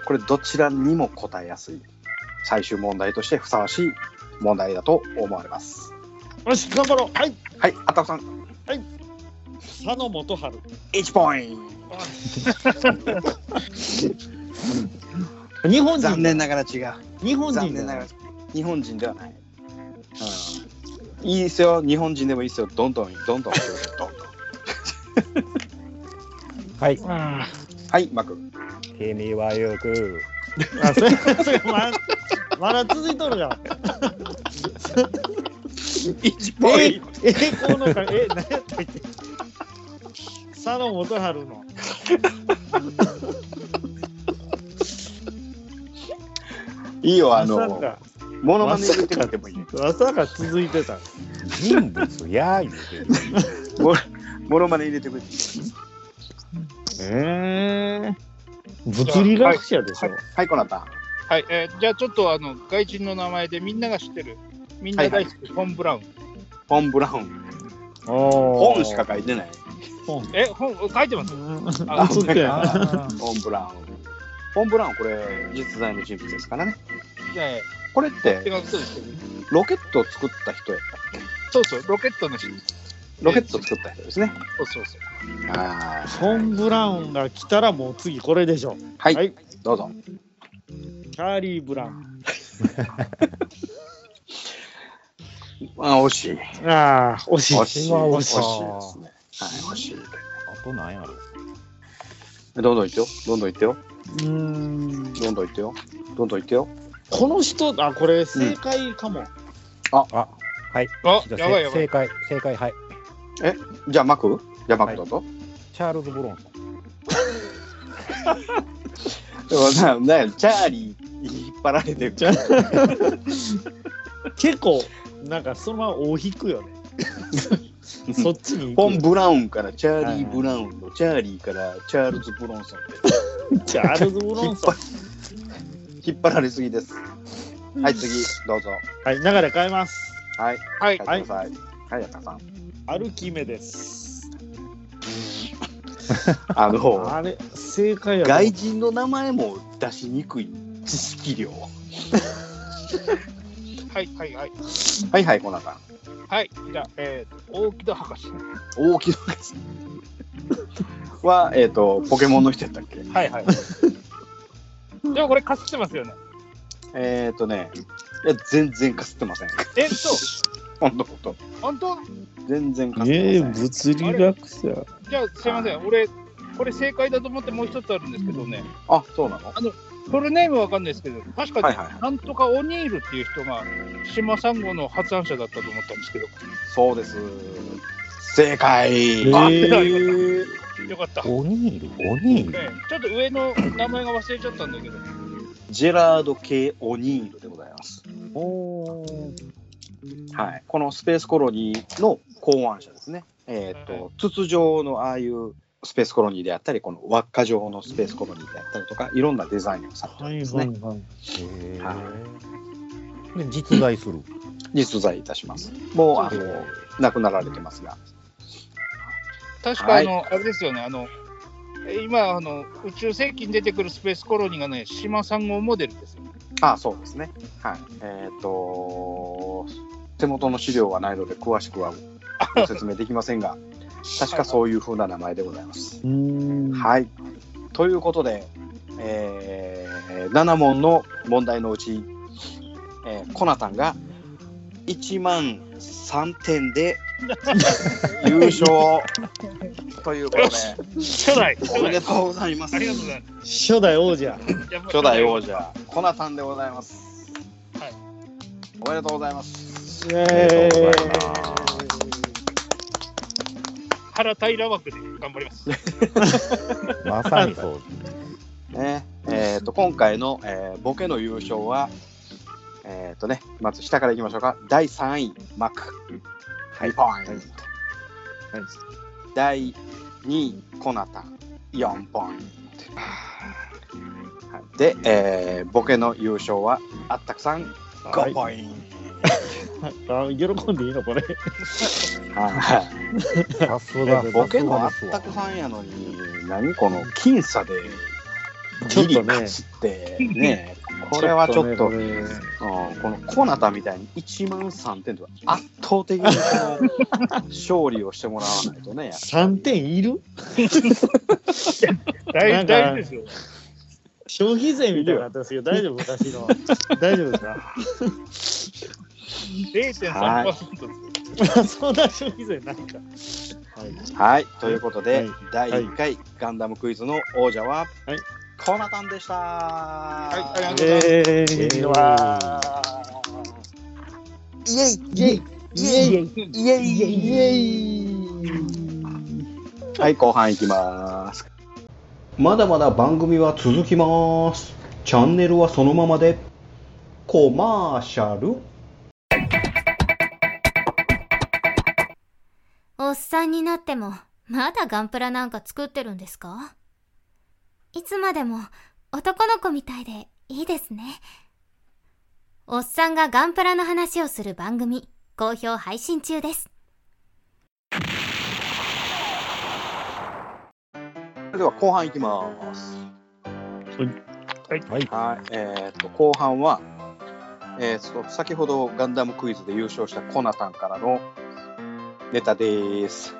これどちらにも答えやすい最終問題としてふさわしい問題だと思われます。
よし、頑張ろう。はい。
はい、あたこさん。
はい。佐野元春。
1ポイン
日本
ト残
人、
念ながら違う
日本
残
人
念
だ
なが
よ
ら。日本人ではない、うん、いいですよ日本人でもいいですよどんどんどんどん
はい。
はいマク
君はよく。
あ、それ、 それ、ま、まだ続いとるじゃん。
1
え栄光のか、え、何やったっけ佐野元春の。
いいよあ
まさ
の
か、
モノマネ入れてみてもいい
まさか続いてた。
人物や言うてる。
モモノマネ入れてくれて
ええ物理学者でしょ。
はいコナタン
はい、えーじゃあちょっとあの外人の名前でみんなが知ってる、みんな大好き、フォン・ブラウン。
ポン・ブラウン
お
本しか書いてない
え、本書いてます
あ
あ、そうか
あ
や。
ポン・ブラウンポン・ブラウンこれ実在の人物ですからね
いやいや、
これっ
手
て
がそうですけど
ロケットを作った人やった
そうそう、ロケットの人。
ロケットを作った人ですね
そうそうそう。
あ
フォン・ブラウンが来たらもう次これでしょ。
ーはい、
はい
どうぞ
チャーリー・ブラウン。
あ惜しい
ああ、惜しい。
惜しい惜
惜
し
し
い
い
ですねはい惜しい
あとなんやろ。
どんどんいってよ。どんどんいってよ。
うーん。
どんどんいってよ。どんどんいってよ。
この人、あ、これ正解かも。
あ、はい。
あ、
じゃ
やばいや
あ
ば
正
い。
解、正解、はい。
じゃあ、マクじゃあ、マクどうぞ。
チャールズ・ブロンソン。
でもな、な、チャーリー引っ張られてる。
結構、なんかそのまま大引くよ ね。そっちに
ポ
行
ン・
く。
ブラウンからチャーリー・ブラウンのチャーリーからチャールズ・ブロンソンって
チャールズ・ブロ
引っ
ンソ
張
ン。
引っ張られすぎです。はい、次、どうぞ。
はい、流れ変えます。
はい、
はい
書いて、ください。はい、やかさん。
アルキメです。
あの、
あれ、正解やと思う
外人の名前も出しにくい知識量。
はいはいはい。
はいはい、こんなさん。
はい、じゃあ、えー、大木戸博士。
大きなやつは、えっ、と、ポケモンの人やったっけ
はいはい。 でもこれかすってますよね。
えっ、ー、とね、いや、全然かすってません。
え、そう。
本当本当。
本当
全然かすってま
え
せ
え
ん。
物理学者。
じゃあすいません、俺、これ正解だと思ってもう一つあるんですけどね、
あ、そうなの
フルネームわかんないですけど、確か
はい
に
はい。
なんとかオニールっていう人が島さんごの発案者だったと思ったんですけど、
そうです。正解。
え
あ
ー、
よかった。
オニール、オニール。
ええちょっと上の名前が忘れちゃったんだけど、
ジェラード・ K ・オニールでございます。
お
はい。このスペースコロニーの考案者ですね。えっ、と、筒状のああいうスペースコロニーであったり、この輪っか状のスペースコロニーであったりとか、いろんなデザインをされて
は
るん
い
です
は
ね。
いは
へ
い。
は
ーで実在する。
実在いたします。もう、あ
へ
の
ー、
亡くなられてますが。
確かあの、あれですよね、あの、え今あの、宇宙世紀に出てくるスペースコロニーがね、島さんごモデルですよ。
あそうですね。はい。えっ、と、手元の資料はないので、詳しくはご説明できませんが、確かそういう風な名前でございます。
うーん。
はい。ということで、えー、7問の問題のうち、えー、コナタンが1万3点で優勝ということで、
初代、
おめで
初代
とうございます。
ありがとうございま
初代王者。
す。やっぱ
初代王者、コナタンでございます。
はい。
おめでとうございます。
イエ
ありがとうござい
ー
原平枠で頑張り ます。
まさに そう。
ねえー、と今回の、えーボケの優勝は、えーとね、まず下からいきましょうか第3位マック、はい、ポイント第2位コナタン4ポイントはいで、えーボケの優勝はあったくさん5ポイン
イ。あ喜んでいいのこれ。
ト、はい
さすが。
ボケのあ
さ
っ
すが
た
で
くさんやのに何この僅差でギリ勝つってねこれはちょっと、
ねこれ
うんこのコナタみたいに1万3点とか圧倒的にその 勝利をしてもらわないとね。
3点いる
大大事ですよ。
消費税みたいになったんですけど、大丈夫私の。大丈夫ですか
0.3%です。
そんな消費税なんか。は
は
い。
い、ということで、
はい
第1回、ガンダムクイズの王者は、
はい
コナタンでした。は
ありがとうございます
え
え
ー、
ー
わ
イエイ
ーイェイイェイ
イエイ
イ
はい、後半いきます。まだまだ番組は続きます。チャンネルはそのままで。コマーシャル。
おっさんになっても、まだガンプラなんか作ってるんですかいつまでも男の子みたいでいいですね。おっさんがガンプラの話をする番組、好評配信中です。
それでは後半いきます。
はい
はい
はい、えーっと後半は、えーっと先ほどガンダムクイズで優勝したコナタンからのネタです。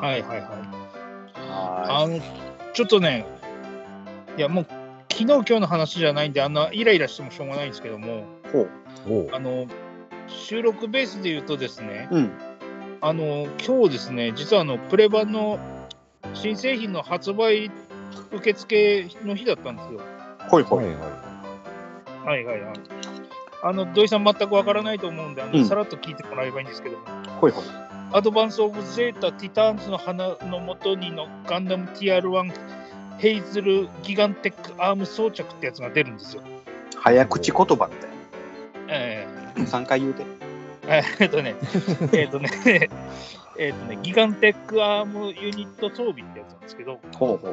はいはいはい。
は
あのちょっとね、いやもう昨日今日の話じゃないんで、あんなイライラしてもしょうがないんですけども、
い。ほう。
おう
あの収録ベースで言うとですね、
うん。
あの今日ですね、実はあのプレ版の新製品の発売受付の日だったんですよ。
ほいほい。
はいは
はいはいはい。あの土井さん、全くわからないと思うんで、あの
うん
さらっと聞いてもらえばいいんですけども、
ほいほい。
アドバンス・オブ・ゼータ・ティターンズの花のもとにのガンダム TR1 ヘイズル・ギガンテック・アーム装着ってやつが出るんですよ。
早口言葉みたい
え
な。3回言うて。
ー、えっと ね、えっとね、 えっとね、ギガンテック・アーム・ユニット装備ってやつなんですけど、
ほうほうほうほ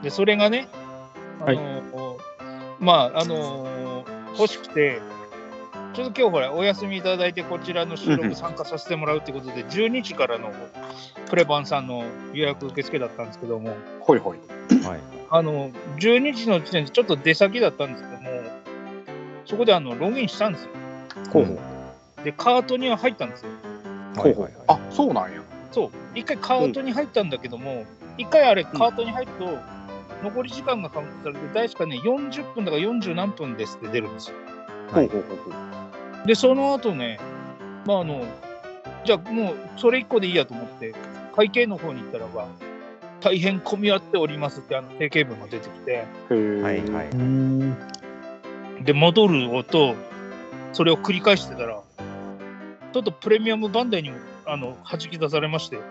う。
でそれがね、あ
は
の
い
まあ、あのー欲しくて、ちょっと今日ほら、お休みいただいて、こちらの
う
収
んう
録
ん
参加させてもらうってことで、12時からのプレバンさんの予約受付だったんですけども、
ほいほい。
いはい。
あの12時の時点でちょっと出先だったんですけども、そこであのログインしたんですよ。
ほうほう。
で、カートには入ったんですよ。
ほ
は
う
い
ほ。
はいう
あ、そうなんや。
そう、一回カートに入ったんだけども、一、回あれ、カートに入ると、残り時間がカウントされて、大しかね、40分だから40何分ですって出るんですよ。
ほうほうほうほう。
で、その後ね、まあ、あの、じゃあもうそれ一個でいいやと思って、会計の方に行ったらば、大変混み合っておりますって、あの定型文が出てきて。
へ
はい
え。
は
う
い。
ん
で戻る音それを繰り返してたらちょっとプレミアムバンダイにもあの弾き出されまして
へ
はい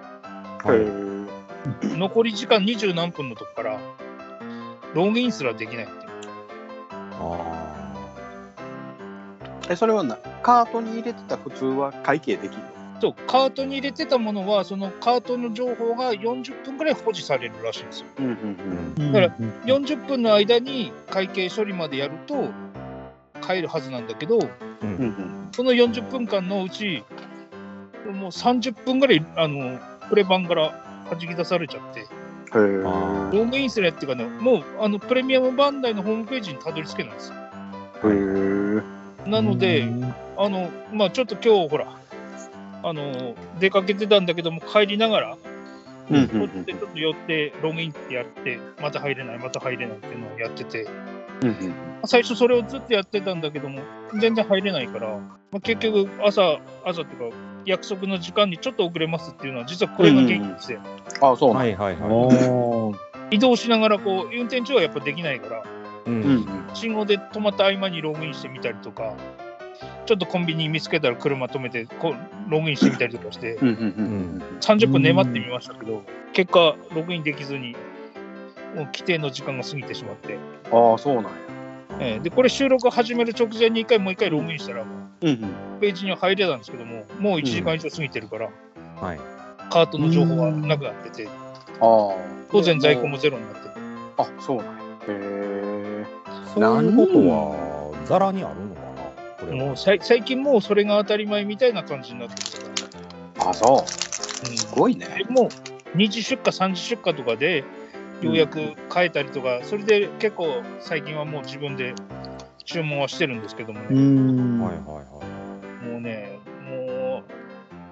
ー
残り時間二十何分のとこからログインすらできないっていう
あ
え、それはな、カートに入れてた普通は会計できる
そうカートに入れてたものはそのカートの情報が40分ぐらい保持されるらしいんですよ
うんうん
ーうん。
だか40分の間に会計処理までやると帰るはずなんだけど
うんうん。
その40分間のうちもう30分ぐらいあのプレ版から弾き出されちゃって
へ
あ
ログインするやつっていうかね、もうあのプレミアムバンダイのホームページにたどり着けないんですよ。
え。へえ。
なの
う
で、
ん
あのまあ、ちょっと今日ほら、あの出かけてたんだけども、帰りながら、
うんうん
こ
うん
っちでちょっと寄って、ログインってやって、また入れない、また入れないっていうのをやってて、
うんうん。
最初それをずっとやってたんだけども、全然入れないから、まあ、結局、朝、朝っていうか、約束の時間にちょっと遅れますっていうのは、実はこれが原因で、
あ、そう
あ。
なん
は
や。
いはいは
おー
移動しながらこう、運転中はやっぱできないから。
い。う
うん
ん。
うん。
信号で止まった合間にログインしてみたりとか、ちょっとコンビニ見つけたら車止めてこうログインしてみたりとかして、
うんうんうん
30分粘ってみましたけど、結果、ログインできずに、もう規定の時間が過ぎてしまって、
うん。ああ、そうなんや。
えーでこれ、収録始める直前に1回、もう1回ログインしたら、
うんうん。
ページには入れたんですけども、もう1時間以上過ぎてるから、
はい。
カートの情報はなくなってて、
ああ。
当然、在庫。もゼロになってて、
あ、そうなんや。へ
そういうことはザラにあるのかな。これ
も
は
うさい最近、もうそれが当たり前みたいな感じになってきてた。
え。あ、そう。す
うん
ごいね。
でもう2次出荷、3次出荷とかで、ようやく変えたりとか、それで結構最近はもう自分で注文はしてるんですけども
う
ね、
ん。
はいは
もうね、もう、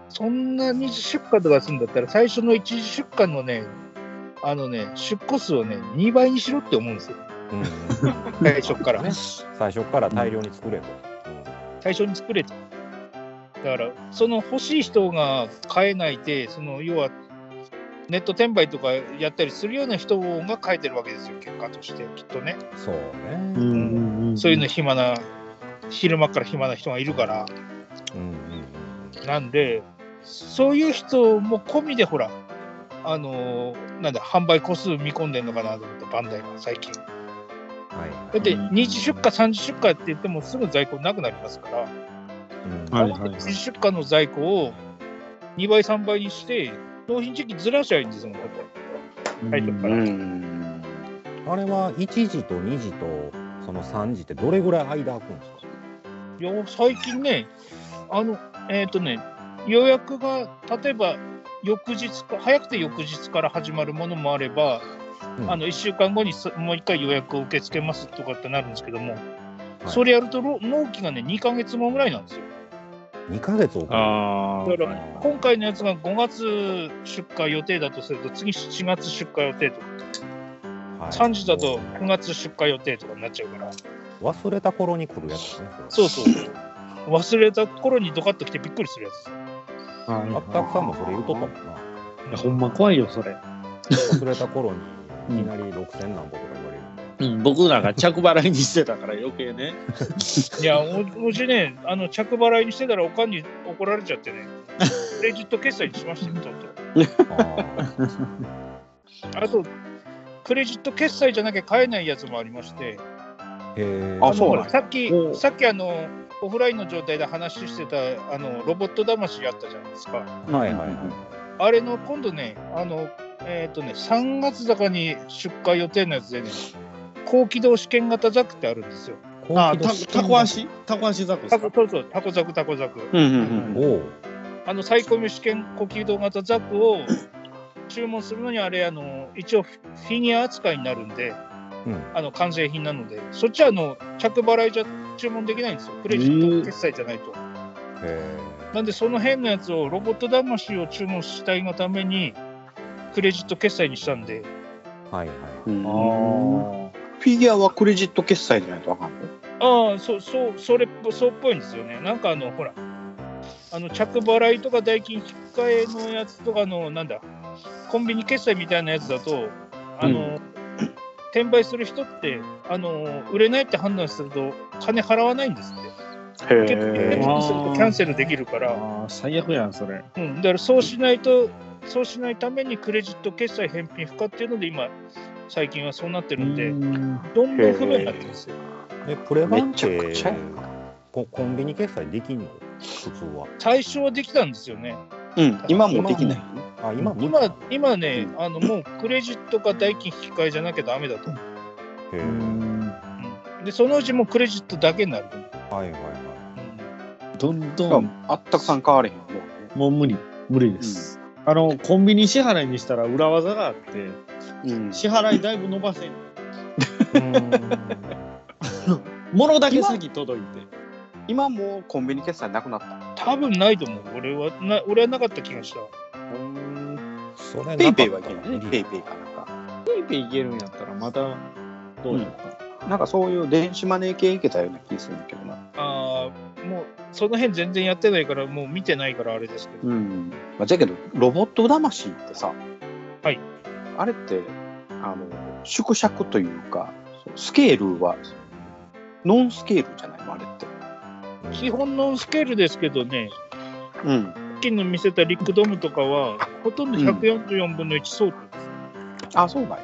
そんな二次出荷とかするんだったら、最初の一次出荷のね、あのね、出荷数をね、2倍にしろって思うんですよ、
いはい。うん
最初から。
ね最初から大量に作れと。
最初に作れと。だから、その欲しい人が買えないで、その要はネット転売とかやったりするような人が買えてるわけですよ、結果として、きっとね。
そう
う
ね。
ん
そういうの暇な、昼間から暇な人がいるから。
うんうん
なんで、そういう人も込みで、ほら、あのーなんだ、販売個数見込んでんのかなと思って、バンダイが最近。だ
はいは
って、2次出荷、3次出荷って言っても、すぐ在庫なくなりますから。
いうん
はいはい
1次出荷の在庫を2倍、3倍にして、納品時期ずらしゃいいんですもん、だって最初か
う
ら。
ん。
あれは1時と2時とその3時ってどれぐらい間空くんですか
いや最近ね、あの、えっ、とね、予約が例えば翌日か、早くて翌日から始まるものもあれば、
うん
あの1週間後にさもう1回予約を受け付けますとかってなるんですけども、
い
それやるとろ納期がね、2ヶ月後ぐらいなんですよ。
?2 ヶ月遅れ
あ
だから今回のやつが5月出荷予定だとすると、次7月出荷予定とか、
はい
3時だと9月出荷予定とかになっちゃうから、
忘れた頃に来るやつね
そうそう、忘れた頃にドカッと来てびっくりするやつ。
はい
あったくさんもそれ言うとったもんない
やほんま怖いよ、それ。
忘れた頃にいきなり6000何個とか言われるんで
うん、僕らが着払いにしてたから余計ね。
いや、おうちね、あの着払いにしてたら、おかんに怒られちゃってね、クレジット決済にしましたよ、ちょっ
あ
と。あと、クレジット決済じゃなきゃ買えないやつもありまして、
ーへ
あ
ー
そうなんや
さっき
お、う
さっきあの、オフラインの状態で話してたあのロボット魂あったじゃないですか。
はいはいはい
あれの今度ね、あの、えっ、とね、3月高に出荷予定のやつでね、高機動試験型ザクってあるんですよ。
あ
高
ー、
機動
たタコ足タコ足ザコで
タ
す
コ
か
そうそう、タコザク、タコザク。
うんうん
お
うん。
お
あのサイコミュ試験呼吸動型ザックを注文するのにあれあの一応フィギュア扱いになるんで
うん
あの完成品なのでそっちはあの着払いじゃ注文できないんですよクレジット決済じゃないと、
へ
なんでその辺のやつをロボット魂を注文したいがためにクレジット決済にしたんで
ーはいはい
うん
あ
フィギュアはクレジット決済じゃないとわかんない。
ああそうそうそれっぽそうっぽいんですよねなんかあのほらあの着払いとか代金引き換えのやつとかのなんだコンビニ決済みたいなやつだとあの、転売する人ってあの売れないって判断すると金払わないんですって
へ
受け付け
え
返。金するとキャンセルできるか
あ
ら、
ー最悪やん、それ。
うん、だからそうしないとそうしないためにクレジット決済返品不可っていうので今最近はそうなってるんで、
うん
どんどん不便になってるんですよ
えプレバンっ
めちゃ
て
くちゃや
ココンビニ決済できんの普通は
最初はできたんですよね
うん、今もできない。
あ今無理
今今ね、あのもうクレジットか代金引き換えじゃなきゃダメだと、
へ
う
ー
ん
うんでそのうちもうクレジットだけになると思う、
はいはいはい
どん
だか
どん
らあったくさん変われへんもんね。
もう無理無理です、あのコンビニ支払いにしたら裏技があって
うん
支払いだいぶ伸ばせん 物だけ先届いて
今もうコンビニ決済なくなった。
多分ないと思う俺はな俺はなかった気がした
それ
ペイペ
なか
イ
っ
はい
た
け
ら
ない
無
ね。
理
ペイペイかなんか。
ペイペイいけるんやったらまたどうやろうか、
なんかそういう電子マネー系いけたような気するんだけどな。
あーもうその辺全然やってないからもう見てないからあれですけど、
うん。まあ、じゃけど、ロボット魂ってさ、
はい。
あれって、あの、縮尺というか、スケールは、ノンスケールじゃないの、あれって。
うん
基本のスケールですけどね
うん。
さっきの見せたリックドムとかはほとんど144分の1相当です、
あ、そうなんや。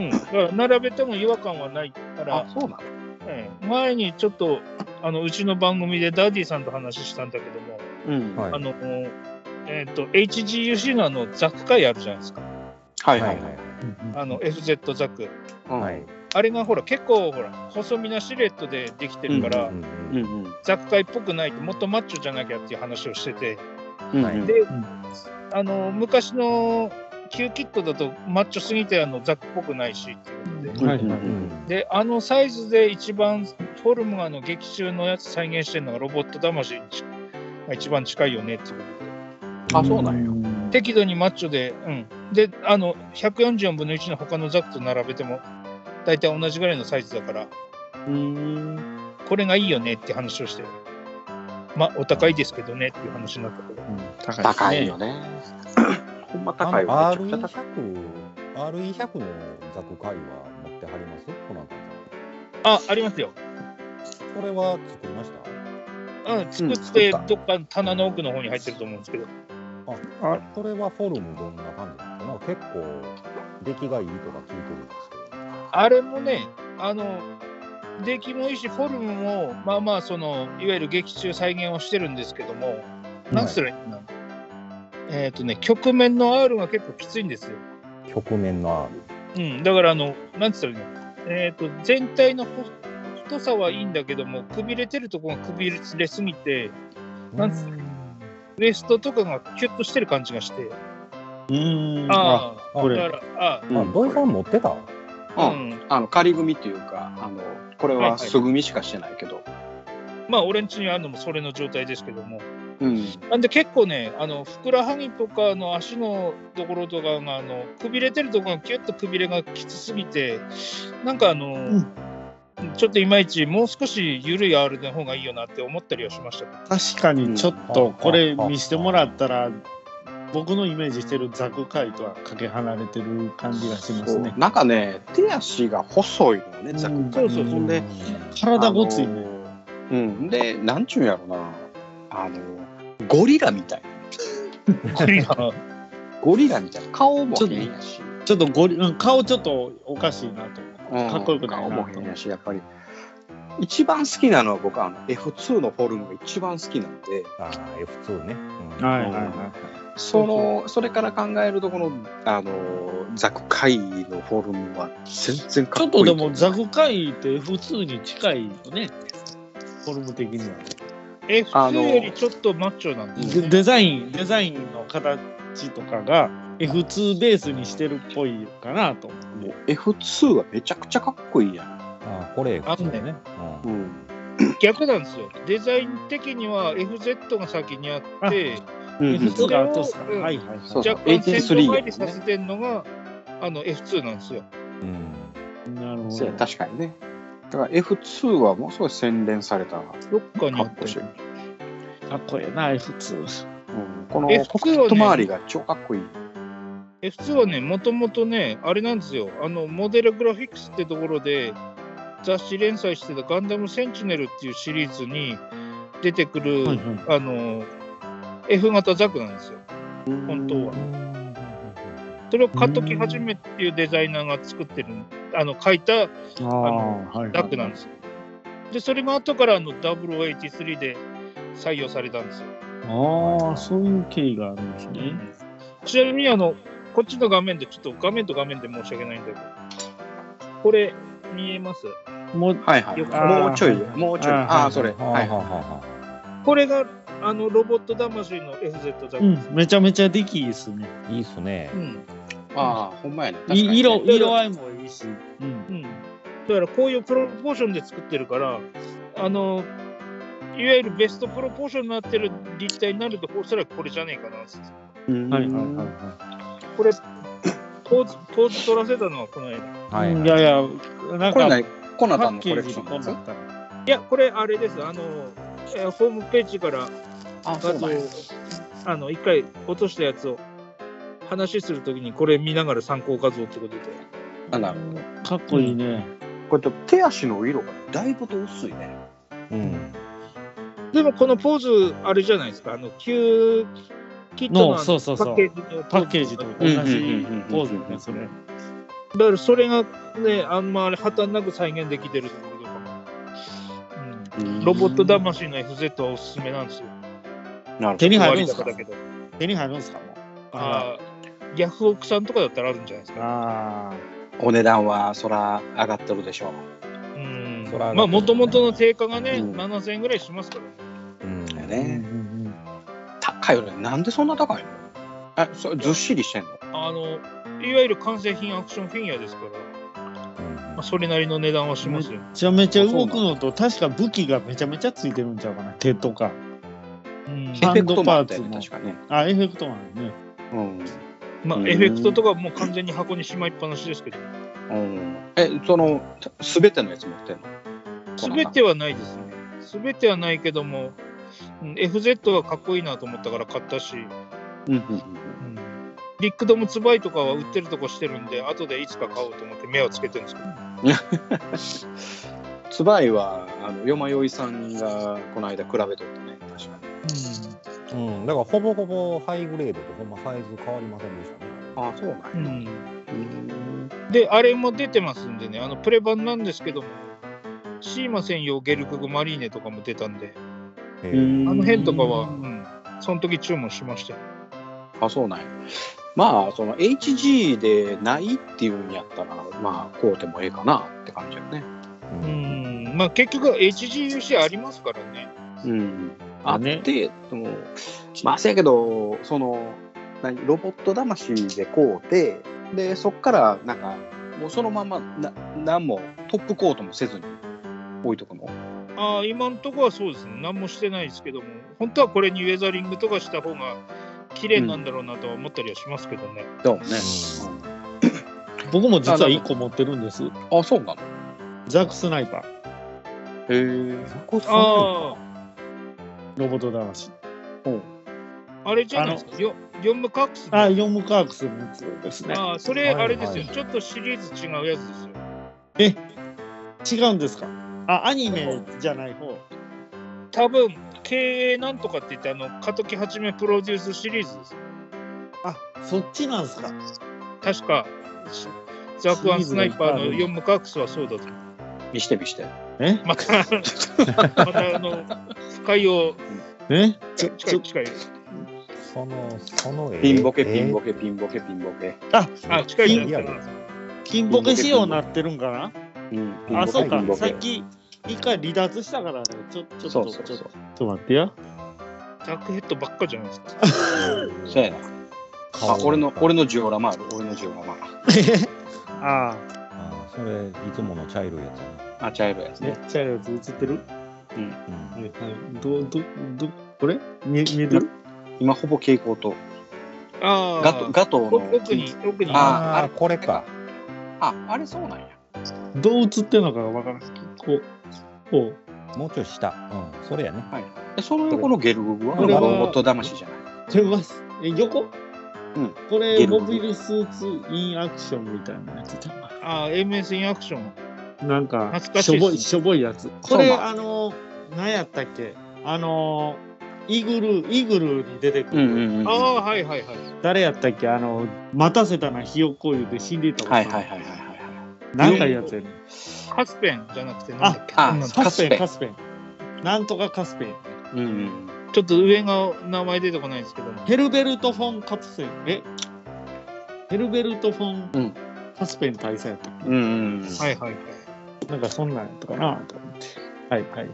うんだから並べても違和感はないから
あ、そうなん
ええ前にちょっとあのうちの番組でダディさんと話したんだけども、
うん。
はい
あのえっと HGUC のあのザク会あるじゃないですか
は
はいい
は
はいい
は。
はい
あの FZ ザク
うん
いはい
あれがほら結構ほら細身なシルエットでできてるから、
うん
う
うんん
うん。
ザク会っぽくないともっとマッチョじゃなきゃっていう話をしてて
うん
はい
で、あの昔の旧キットだとマッチョすぎてあのザクっぽくないしっていうので。
はいは
う
い
ん
で、あのサイズで一番フォルムがあの劇中のやつ再現してるのがロボット魂にちが一番近いよねっていうことで。
あ、そうなんや。
適度にマッチョで、うん。で、あの、144分の1の他のザクと並べても、大体同じぐらいのサイズだから、
うん
これがいいよねって話をして、まあ、お高いですけどねっていう話になったけど、
高
高
です
い
ね
よね。 ほんま
あの
高いわ。めちゃくちゃ高い
RE100、RE100 のザク会は持ってはりますコナンさ
あ、ありますよ。
ん。これは作りました
うん、作
うん
って、
作った
どっかの棚の奥の方に入ってると思うんですけど、
あ、これはフォルムどんな感じなんですかなんか結構、出来がいいとか聞いてるんですけど。
あれもね、あの、出来もいいし、フォルムも、まあまあ、その、いわゆる劇中再現をしてるんですけども、なんすればいいのかなえっ、とね、局面の R が結構きついんですよ。
局面の
うん、だからあの、なんつったらいいのえっ、と、全体のほ太さはいいんだけども、くびれてるとこがくびれすぎて、なんつウエストとかがキュッとしてる感じがして、
うんあ
ああ、
これ
だから、あ
う
あ、
ん
土井さん持ってた
あ、
う
うんん、
あの仮組っていうかあのこれ
はいは
はい素組しかしてないけど、
まあ、俺んちにあるのもそれの状態ですけども、
うん
なんで結構ね、あのふくらはぎとかの足のところとかがあのくびれてるところがキュッとくびれがきつすぎて、なんかあの、ちょっといまいちもう少し緩い R の方がいいよなって思ったりはしましたけ ど。
確かにちょっとこれ見してもらったら僕のイメージしてるザク界とはかけ離れてる感じがします
そう
ね
なんかね手足が細いのよねざっくり
そうそうそう
で
体ごついね、
うん、で、なんちゅうんやろな、あの、ゴリラみたい。
ゴリラ
ゴリラみたい。顔も
ちょっと
変やし。
ちょっとゴリ、うん、顔ちょっとおかしいなと
うん
かっこよくない
顔
な
も
と
変やし、やっぱり。一番好きなのは僕、あの、F2 のフォルムが一番好きなんで、
あー F2 ね。うん
はいはいは
その、それから考えると、この、あの、ザクカイのフォルムは全然
いち
か
ょ
っ
っ
こといい
で
思う。
もザク界って普通に近いよねフォルム的には
あの
F2 よりちょっとマッチョなんです
で
ね。
デザインデザインの形とかが F2 ベースにしてるっぽいかなと思って
もう F2 はめちゃくちゃかっこいいやん。
あーこれ F2 ね。う
うんん。
逆なんですよ。デザイン的には FZ が先にあっ
う
て、
んうん
F2 が後っすか
うん
はいはいはい
そう
若干先頭
83
回りさせてるのが、あの F2 なんですよ。
うん
なるほ
そう
ど
や確かにね。だから F2 はものすごい洗練された。
どっかにあっ
かっこいい
て。
かっこええな F2
うん、この
え
コックピット周りが超かっこいい。
F2 はね、もともとね、あれなんですよ。あの、モデルグラフィックスってところで、雑誌連載してたガンダムセンチネルっていうシリーズに出てくる、
はいはい
あの、F 型ザクなんですよ。本当は。それをカトキはじめっていうデザイナーが作ってる、あの、書いた
あ
の
ーはいはい
ダックなんですよ。で、それが後からあの0083で採用されたんですよ。
ああそういう経緯があるんですね
ちなみにあの、こっちの画面で、ちょっと画面と画面で申し訳ないんだけど、これ、見えます
もう
はいはい。
よく
もうちょい
あ、ー
もうちょい。
あーはい
ああー、それ。
はあ
はい
はあ
は
は
これがあのロボット魂の FZ ザク
う
です。
んめちゃめちゃ出来いいですね
あいいっすね
う。ん
い。ああ、ほんまやね。確かにね
い色色合いもいいし、うん、
うん、だからこういうプロポーションで作ってるからあのいわゆるベストプロポーションになってる立体になるとおそらくこれじゃねえかなっつって
うん
はいはいはいは
これポーズポーズ取らせたのはこの絵だ
い、
はい
い
はい。
やいやなん
これ
か
何コナ
パ
タン
ッ
の
ケ
コ
ー
レク
ジ
ショ
に
ンのやつ
こんなんあったら
いやこれあれですあの、えーホームページから
あ
画像をあの一回落としたやつを話するときにこれ見ながら参考画像ってことで
あなるほど。
かっこいいね、
これと手足の色がだいぶと薄いね。
うん。
でもこのポーズあれじゃないですかあの旧キットのあ
の
の
そうそうそう
パッケージの
パッケージと同じポーズ
うんうんうんうんう
ね
ん
それ
だからそれがね、あんまり破綻なく再現できてるところとかも、うん、ロボット魂の FZ はおすすめなんですよ。
なる
手に入るん
割
すか
高だけど。
手に入るんすかもう
あーヤフオクさんとかだったらあるんじゃないですか。
あ
ほどお値段はそら上がってるでしょ
うん
そらある
まあ、もともとの定価がね、
うん
7000円ぐらいしますからね。
う
う。
ん
あ、
ね、高いよね。なんでそんな高いのえ、それずっしりしてんの
あのいわゆる完成品アクションフィギュアですから、まあ、それなりの値段はします
め
よ。
ちゃめちゃ動くのと、確か武器がめちゃめちゃついてるんちゃうかな、手とか。
うん
あ
エフェクトもあったよ
ハン
ね、
ドパー
確
ツ
かね。
あ、エフェクトマンね。
うん。
まあ、
うん
エフェクトとかもう完全に箱にしまいっぱなしですけど、
うん、え、その、すべてのやつ持ってんの
すべてはないですね。すべてはないけども、うん FZ はかっこいいなと思ったから買ったし、
うんうんうん。
うんリックドムツバイとかは売ってるとこしてるんで、後でいつか買おうと思って目をつけてるんですけど、
つばいは、あの、よまよいさんが、この間比べとってね、確かに。
うん、だからほぼほぼハイグレードとほんまサイズ変わりませんでしたね。
あ、そうな
うん
や。
で、あれも出てますんでね、あのプレ版なんですけども、シーマ専用ゲルクグマリーネとかも出たんで、
え
う
ー
ん
あの辺とかは、うん、その時注文しましたよ。
あ、そうなんや。まあ、その HG でないっていうんやったら、まあ、こうでもええかなって感じよね。
う
うんん、まあ結局 HGUC ありますからね。
うん。あって、
ね
でも、まあ、せやけど、その、何ロボット魂でこうて、で、そっから、なんか、もうそのまま、な、なんも、トップコートもせずに置いとくの。
ああ、今のところはそうですね。何もしてないですけども、本当はこれにウェザリングとかした方が綺麗なんだろうなとは思ったりはしますけどね。
だもね。
僕も実は1個持ってるんです。
あ、そうなの
ザックスナイパー、
へえ。
ザコさん
あ
ロボット魂。
あ、あれじゃないですか。よヨムカックスの
あ、ヨムカークスのやつですね。
ああ、それ
はい
あれですよ、
はい
ちょっとシリーズ違うやつですよ。
違うんですかあ、アニメじゃない方。
多分経営なんとかって言って、あの、加藤木はじめプロデュースシリーズです。
あ、そっちなんですか
確か、しザクアンスナイパーのヨムカックスはそうだと思う。
見して見して。
え
また、またあの、深いを
え
近い
ちょ
近い。
その、その絵、
ピンボケ、ピンボ
ケ。
ケ、ピンボケ、ピンボケ。
あ、
あ、近いじゃない
い
で
や
すか。
金ボケ仕様になってるんか
うん、ピンボケ
なあ、そう
ピ
か
ンボ。
さっ
ケ。
き、一回離脱したからね。ちょ、ちょっ
そう
と、
そうそ
ちょっと
う。
ちょっと待っ てや。
ダークヘッドばっかじゃないですか。
そうやな。あ、俺の、俺のジオラマある。俺のジオラマ。
あ
あーそれ、いつもの茶色いやつや
あ、茶色いやつ
あ、めっ
ね。
ちゃやつ映ってる
な。
はいど、ど、ど、これ見見えてる
今ほぼ蛍光灯。
ああ、
ガト、ガトーの。
奥に、奥に。
あ
あ
ー
ああ、これか。
あ、あれそうなんや。
どう映ってるのかがわからん。こう、こ
もうちょい下。うん、それやね。
え、その横のゲルググは
こ
ロ
れは。
ボット魂じゃないう
出ます。え、横
うん。ゲ
これ、
ルム
モビルスーツインアクションみたいなやつちゃうか
あー、MS インアクション。
ななんか、
懐か
し
しい
ょぼ
っすね
い、しょぼいやつ。これ、
そうなん
あの、何やったっけあの、イグルー、イグルーに出てくる。
うん
ああ、はいはいはい。
誰やったっけあの、待たせたなひよっこ言うて死んでいったおっさん
はいはいはいはいはい。
なんかやつやね。
カスペンじゃなくて、なんだっけ。
あ
なんだっけ
カスペン、
カ
カスペン。なんとかカスペン。
うんうん。
ちょっと上が名前出てこないんですけども。
ヘルベルト・フォン・カプセン。えヘルベルト・フォ
うん
ン・カスペン大佐やったっけ、
うんうんうん。
はいはいはい。
なんかそんなんやったかなと思って。はいはいはい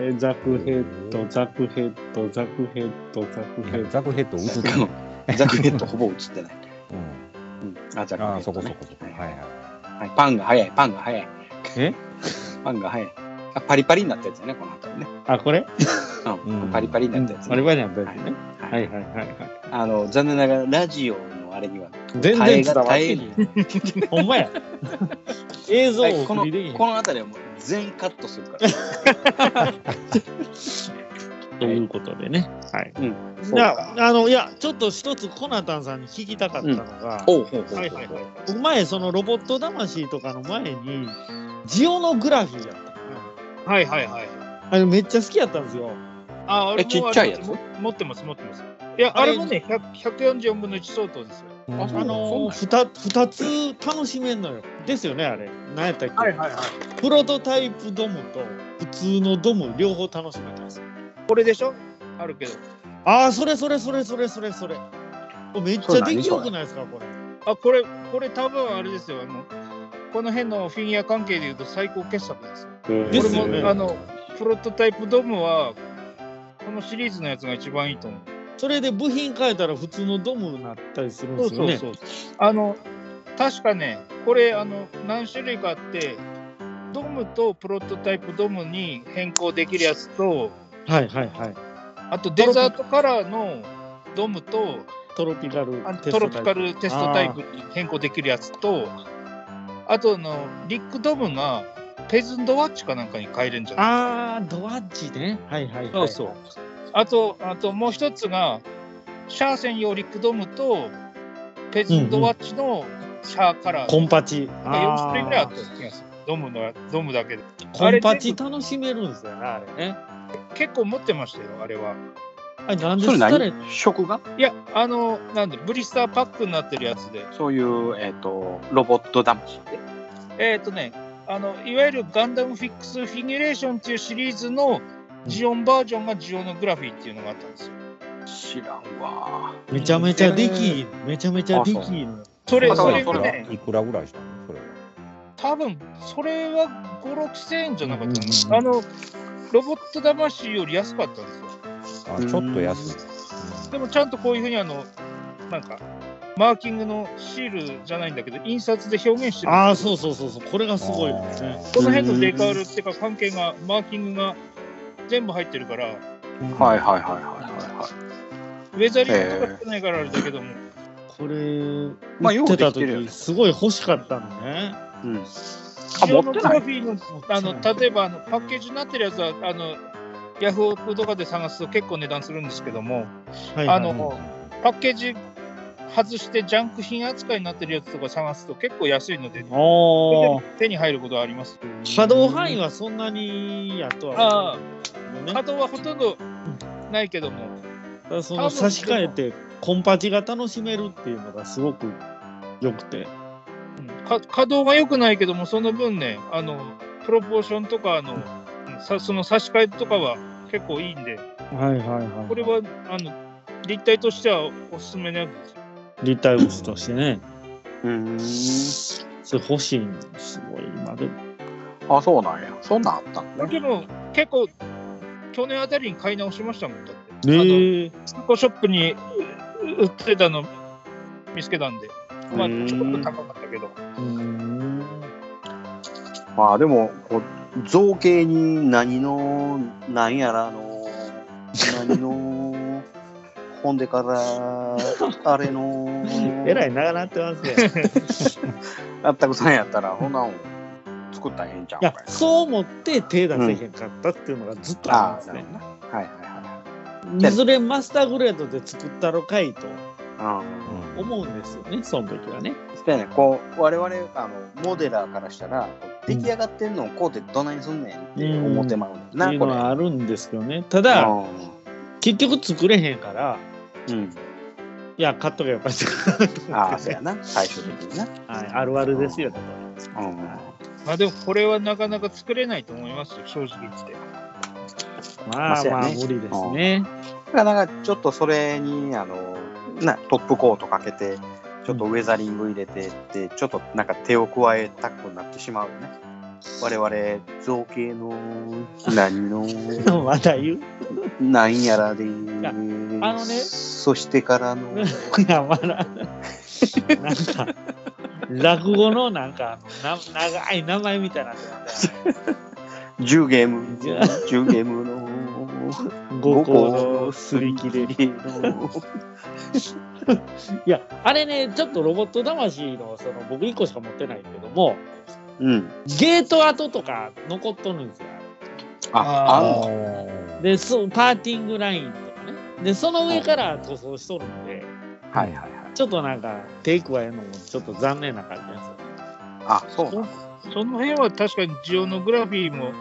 はいえ。ザクヘッド、ザクヘッド、ザクヘッド、ザクヘッド。
ザクヘッド映ってる。
ザクヘッドほぼ映ってない。
うん。
うんあ、ザクヘッド、ね。
ああ、そこそこそこ。はい
はい
はい。
はい、パンが早い、パンが早い。
え
パンが早い。あパリパリになったやつだね、この後ね。
あ、これ
うん、
うん
パリパリになったやつ、
バリバリなんだやつね。
はい
はいはいはいはい。
あの、残念ながら、ラジオのあれには、
全然伝わってない。ほんま や。映像
はい
を
こ
送
の
りでいい。
この辺りはもう全カットするから。
ということでね。はい。
そう
じ
か
ゃあ、あの、いや、ちょっと一つコナタンさんに聞きたかったのが、
おうほうほうほう
はいはいはい。
僕前、そのロボット魂とかの前に、ジオノグラフィーやったか
はいはいは
な。
い。
あれめっちゃ好きやったんですよ。
あー、あれ
えちっちゃいやつ
も持ってます、持ってます。いや、あれもね、100 144分の1相当です
う
よ。
ん
あそう
あのー、2つ楽しめんのよ。ですよね、あれ。何やったっけ、
はいはい。
プロトタイプドムと普通のドム両方楽しめたんですよ。
これでしょあるけど。
ああ、それそれそれそれそれそれ。めっち
それ
ゃ
何
できよくないですか、これ。
あ、これ、これ多分あれですよ。あの、この辺のフィギュア関係でいうと最高傑作です。
で
こ
す
れ
よね
も、あの、プロトタイプドームは、このシリーズのやつが一番いいと思う。
それで部品変えたら普通のドムになったりするん
そ
で
う
すよ
そう
ね。
そう。あの、確かね、これ、あの、何種類かあって、ドムとプロトタイプドムに変更できるやつと、
はいはいはい。
あとデザートカラーのドムと、
トロピカル
あの
テストタ
トロ
イプ
ピカルテストタイプに変更できるやつと、あとあの、リックドムが、ペズンドワッチかなんかに変えれるんじゃない
あードワッチね。はいはいはい。
そうそう。あと、あともう一つが、シャー専用リックドムと、ペズンドワッチのシャーカラー。
コンパチ。
なんか4種類ぐらいあ
あ
ったような気がする。ドムの、ドムだけで。
ーコンパチ楽しめるんですよね、あれね。
結構持ってましたよ、あれは。
あれなんで
それ
疲れ
何食が
いや、あの、なんで、ブリスターパックになってるやつで。
そういう、えっとロボット魂で
えっ、とね、あの、いわゆるガンダムフィックスフィギュレーションっていうシリーズのジオンバージョンがジオノグラフィーっていうのがあったんですよ。
知らんわ
めちゃめちゃできめちゃめちゃできる。
それ、
また
それ
そ
が
れ
ね、
いくらぐらいしたのそれは。
多分それは5、6千円じゃなかった
うんうんうん
の。あの、ロボット魂より安かったんですよ。
あ、ちょっと安い。
でもちゃんとこういうふうにあの、なんか、マーキングのシールじゃないんだけど、印刷で表現してる。
ああ、そうそうそうそう。これがすごいよね。
この辺のデカールっていうか、関係が、マーキングが全部入ってるから、
はいはいはいはいはい
ウェザリングとかしてないからあれだけども、
これ、
まあ
売ってた
よくできてるよね
時すごい欲しかったのね。
うんあ
ジ
持
オ
っ
ノ
て
グ
な
ラ
い
フィーのあの例えばあのパッケージになってるやつはあのヤフオクとかで探すと結構値段するんですけども
はいは
あ
いはい
のパッケージ外してジャンク品扱いになってるやつとか探すと結構安いので
ああ。
手に入ることはあります。
波動範囲はそんなにやとは思
あ
う
あ
よね。
角はほとんどないけども
ただその差し替えてコンパチが楽しめるっていうのがすごく良くて。
か稼働が良くないけどもその分ねあのプロポーションとかあのうんさその差し替えとかは結構いいんで
はいはいはい。
これはあの立体としてはおすすめのやつです。
立体物としてね。
うん
それ欲しいのすごい今でも。
あそうなんやそんなんあったんだね
でも結構去年あたりに買い直しましたもんだって、
ええ
あの中古ショップにう売ってたの見つけたんでまあ
うん
ちょっと高かったけど
まあでもこう造形に何の何やらの何のほんでからあれの
えらい長なってますね。
あったくさんやったらこんなん作ったらええんちゃう
いや
か、
そう思って手出せへんかったっていうのがずっと
あ
あるんで
あ
す
なる
ね
ほ。どなはいはい
いずれマスターグレードで作ったろかいと
はいうん
思うんですよね、その時はね。
そうやね、こう我々あのモデラーからしたらこう出来上がってるのをこうてどないすんねんって思ってまうねん
っ
な、
ていう
こ
の
れ。
はあるんですけどね。ただ、結局作れへんから、
うんうん、
いや、買っとけばよかったなと思
ああ
っ
そう
て
や な最終的にな、
はい、あるあるですよね。
うん
まあでもこれはなかなか作れないと思いますよ正直言って
まあ
まあ
そうや
まあ、
ね
無理ですね。
だからなんかちょっとそれにあのなトップコートかけてちょっとウェザリング入れてってちょっとなんか手を加えたくなってしまうよね我々造形の何の
まだ言う
なんやらで
やあのね
そしてから の
いや、まだ。なんか、落語のなんか、な長い名前みたいになってますね。
10ゲー ム
じゃあ
10ゲームの
五行のすり切れ。いや、あれね、ちょっとロボット魂の、その、僕1個しか持ってないけども、
うん。
ゲート跡とか残っとるんですよ。
あ、あんの
の
で、そう、パーティングラインとかね。で、その上から塗装しとるんで、
はいはいはい。
ちょっとなんか、テイクはやるのもちょっと残念な感じなんですよね。
あ、そうなんだ
その辺は確かにジオノグラフィーも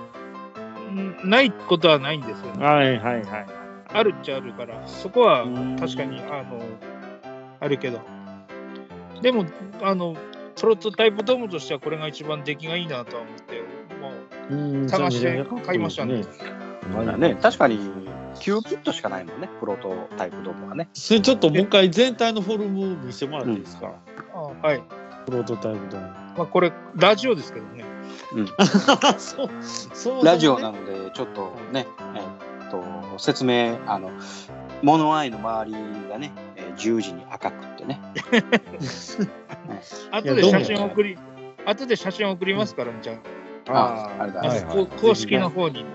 んないことはないんですよね
はいはいはい。
あるっちゃあるからそこは
うん
確かにあのあるけどでもあのプロトタイプドームとしてはこれが一番出来がいいなとは思って、まあ、
うん
探して買いましたね。
そうだね。確かに、9キットしかないもんね。プロトタイプドームはね。
それちょっともう一回全体のフォルム見せてもらっていいですか、
あはい、
プロトタイプと。あ
まあ、これラジオですけどね
そう、そう、
ラジオな
な
ので、ちょっとね、えっと、説明、あの、物愛の周りがね、えー十字に赤くってね。
後で写真送り、後で写真送りますからね、じゃ
ああれだ、
あ、
はい
あのこ公式の方に。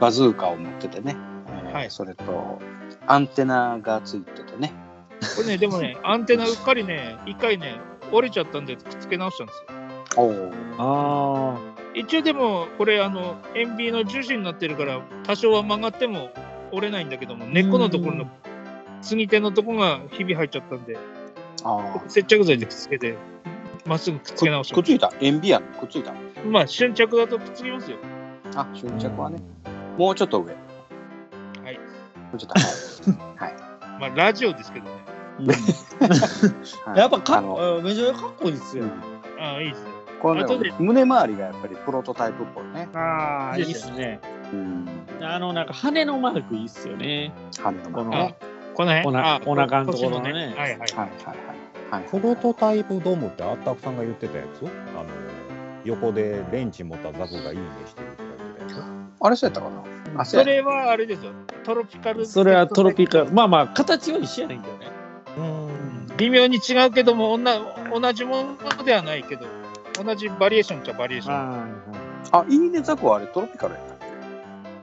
バズーカを持っててね、えー
はい
それとアンテナがついててね。
これね、でもね、アンテナうっかりね、一回ね、折れちゃったんで、くっつけ直したんですよ。
おお。
ああ。
一応でも、これ、あの、塩ビの樹脂になってるから、多少は曲がっても折れないんだけども、根っこのところの、継ぎ手のとこがひび入っちゃったんで、
あ
接着剤でくっつけて、まっすぐくっつけ直
あ。
し
く
ま
っついた。塩ビアンくっついた。
す。まあ、瞬着だとくっつきますよ。
あ、終着はね。もうちょっと上。も
はい。
うちょっと高い。
まあ、ラジオですけどね。
はい
やっぱか
あ
っ
の、
こ、めちゃめちゃかっこいいっすよ。
ああ、いいですね。
この
後で
胸周りがやっぱりプロトタイプっぽいね。
あ
あ
いいっすね。
うん。
あの、なんか羽のマークいいっすよね。
羽の丸
この、
ね。
あこの辺
おな
あ
お腹のところのね
腰はい
はいは
はい。
いはい。はい、
プロトタイプドームってあったくさんが言ってたやつあの横でベンチ持ったザクがいいねしてるとか言ってたや
あれそうやったかなあ、そ
そう
や
れはあれですよ。トロピカル。
それはトロピカル。まあまあ、形は一緒やねんけどね。
微妙に違うけども、同同じものではないけど、同じバリエーションっちゃバリエーション。
あ
あ、いいねザクはあれトロピカルやっ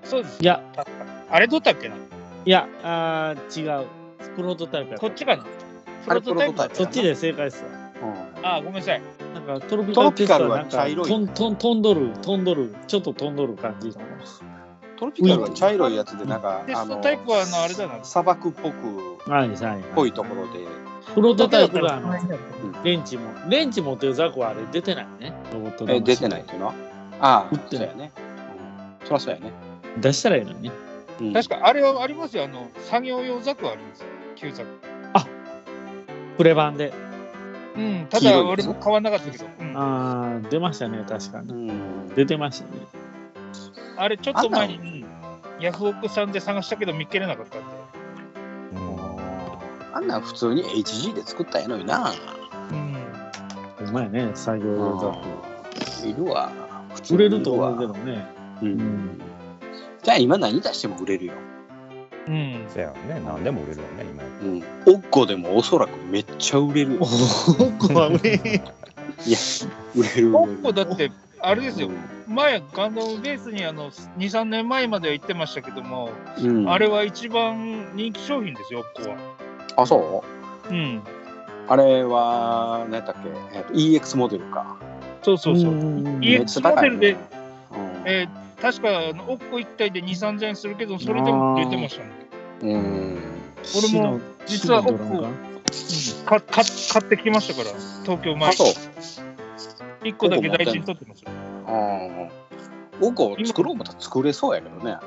た。
そうです。
いや、
あれどったっけな
ーいや、あー違う。プロトタイプやった
こっちかな
あ
プ
れ
ロトタイプだ
プ
そっちで正解っすわ。
うん
ああ、ごめんなさい。
なんかトロピカルテストはなん
トロピカルは茶
か
色い
トントントンドルトンドルちょっと飛んどる感じの
トロピカルは茶色いやつで、なんか、
テ
あ
スト
の、
タイプはあのあれだな。
砂漠っぽく、
はいはい
ぽいところで、
プロトタイプがあ
は
の
い
レンチもレンチ持ってるザクはあれ出てないねロボット
え
魂
出てないっていうのはああ
打、っ
そ
て
う
ない
やね。うん、そりゃそうやね。
出したらいいのにね
うん
確かあれはありますよ。あの、作業用ザクはありますよ。旧ザク。
プレ版で
うん、た
黄色いや
だ
つ
俺も買わなかったけど、うんあ
あー出ましたね確か
う
に
ん。
出てましたね
れちょっと前に、うんヤフオクさんで探したけど見っけれなかったんで。
つ、うん
あんなん普通に HG で作ったらええのにな。
うん
うまいね作業用ザ
いるわ。普
ク売れると思
は
うけどね
うん。じゃあ今何出しても売れるよ。
うん
せやね何でも売れるよね今やっ
うん。おっこでもおそらくめっちゃ売れるよ。
おーこれ
売れる。
ポッコだって、あれですよ
う、
前、ガンダムベースにあの2、3年前までは言ってましたけども、
ん。うん
あれは一番人気商品ですよ、ここは。
あ、そう
うん、
あれは、何やったっけ、えっと EX モデルか。
そうそうそう。
めっ
EX
ちゃ高い
モデルで、
うん
えー確かあの、オッコ1体で2、3000円するけど、それでも出てましたね。
うん。
俺も実は
シノドラムが
うんかか買ってきましたから、東京
あ、
前、
そう。
1個だけ大事に取ってますよ。
うん。おこ作ろうもたら作れそうやけどね。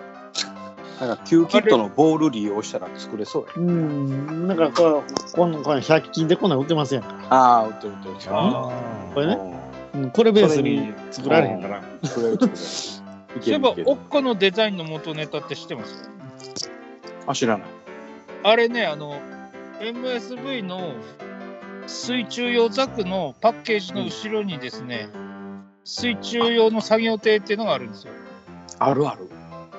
なんか、キューキットのボール利用したら作れそうや。
うんなんかこうこのこの100均でこんなん売ってますやんか
ああ、売ってる売ってる。
あ
これね
ね。
うんこれベース
それ
に
に
作られへんから
作れる作れる。い
そうい
け
え
る
ば、オ
いける
ッコのデザインの元ネタって知ってます
あ、知らない。
あれね、あの、MSV の水中用ザクのパッケージの後ろにですね、水中用の作業艇っていうのがあるんですよ。
あるある。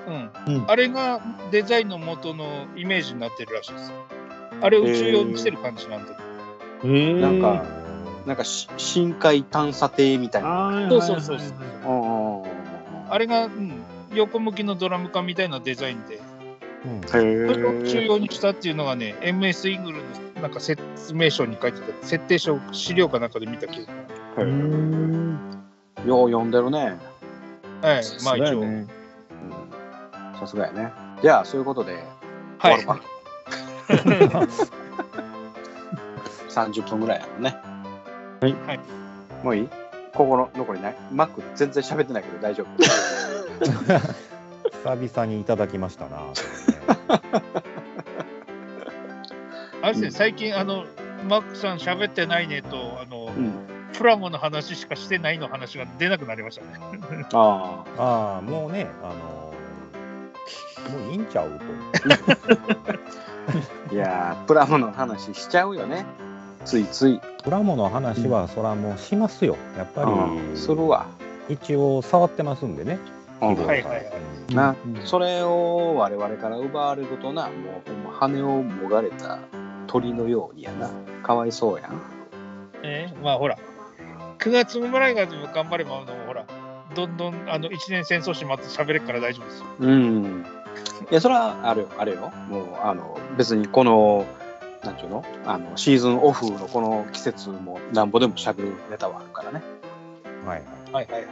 うん。
うん
あれがデザインの元のイメージになってるらしいです。あれを宇宙用にしてる感じなんで。
なん
な
か、なんかし深海探査艇みたいな。
そうそうそうそう。
うんうんうん
あれが、うん、横向きのドラム缶みたいなデザインで、
うん
それを宇宙
へえ。
用にしたっていうのがね、MS イーグルのなんか説明書に書いてた、設定書、資料かなんかで見たけど、
よう読んでるね。
はい、まあ一応。
さすがやね。じゃあ、そういうことで、
は
終わ
い。
るか。30分ぐらいやろね。
はい
はい。
もういいここの残りないマック全然喋ってないけど大丈夫。
久々にいただきましたな、
あれですね、最近、あの、マックさん喋ってないねと、あの、
うん。
プラモの話しかしてないの話が出なくなりましたね。
ああ。
ああもうねあのーもういいんちゃうと
いやー、プラモの話しちゃうよね。ついつい。
プラモの話はそらもうしますよやっぱ
うんする
り
わ。
一応触ってますんでね
うん
はいはいはい。
なそれを我々から奪われるとなもうほんま羽をもがれた鳥のようにやなかわいそうやん
ね、まあほら、9月ぐらいがでも頑張れば、あのほら、どんどんあの1年戦争しまって喋れっから大丈夫ですよ。
うん。いや、それはあれよ、あれよ。もう、あの、別にこの、なんちゅうのあの、シーズンオフのこの季節も、なんぼでも喋るネタはあるからね。
はいはい。
はいはい
は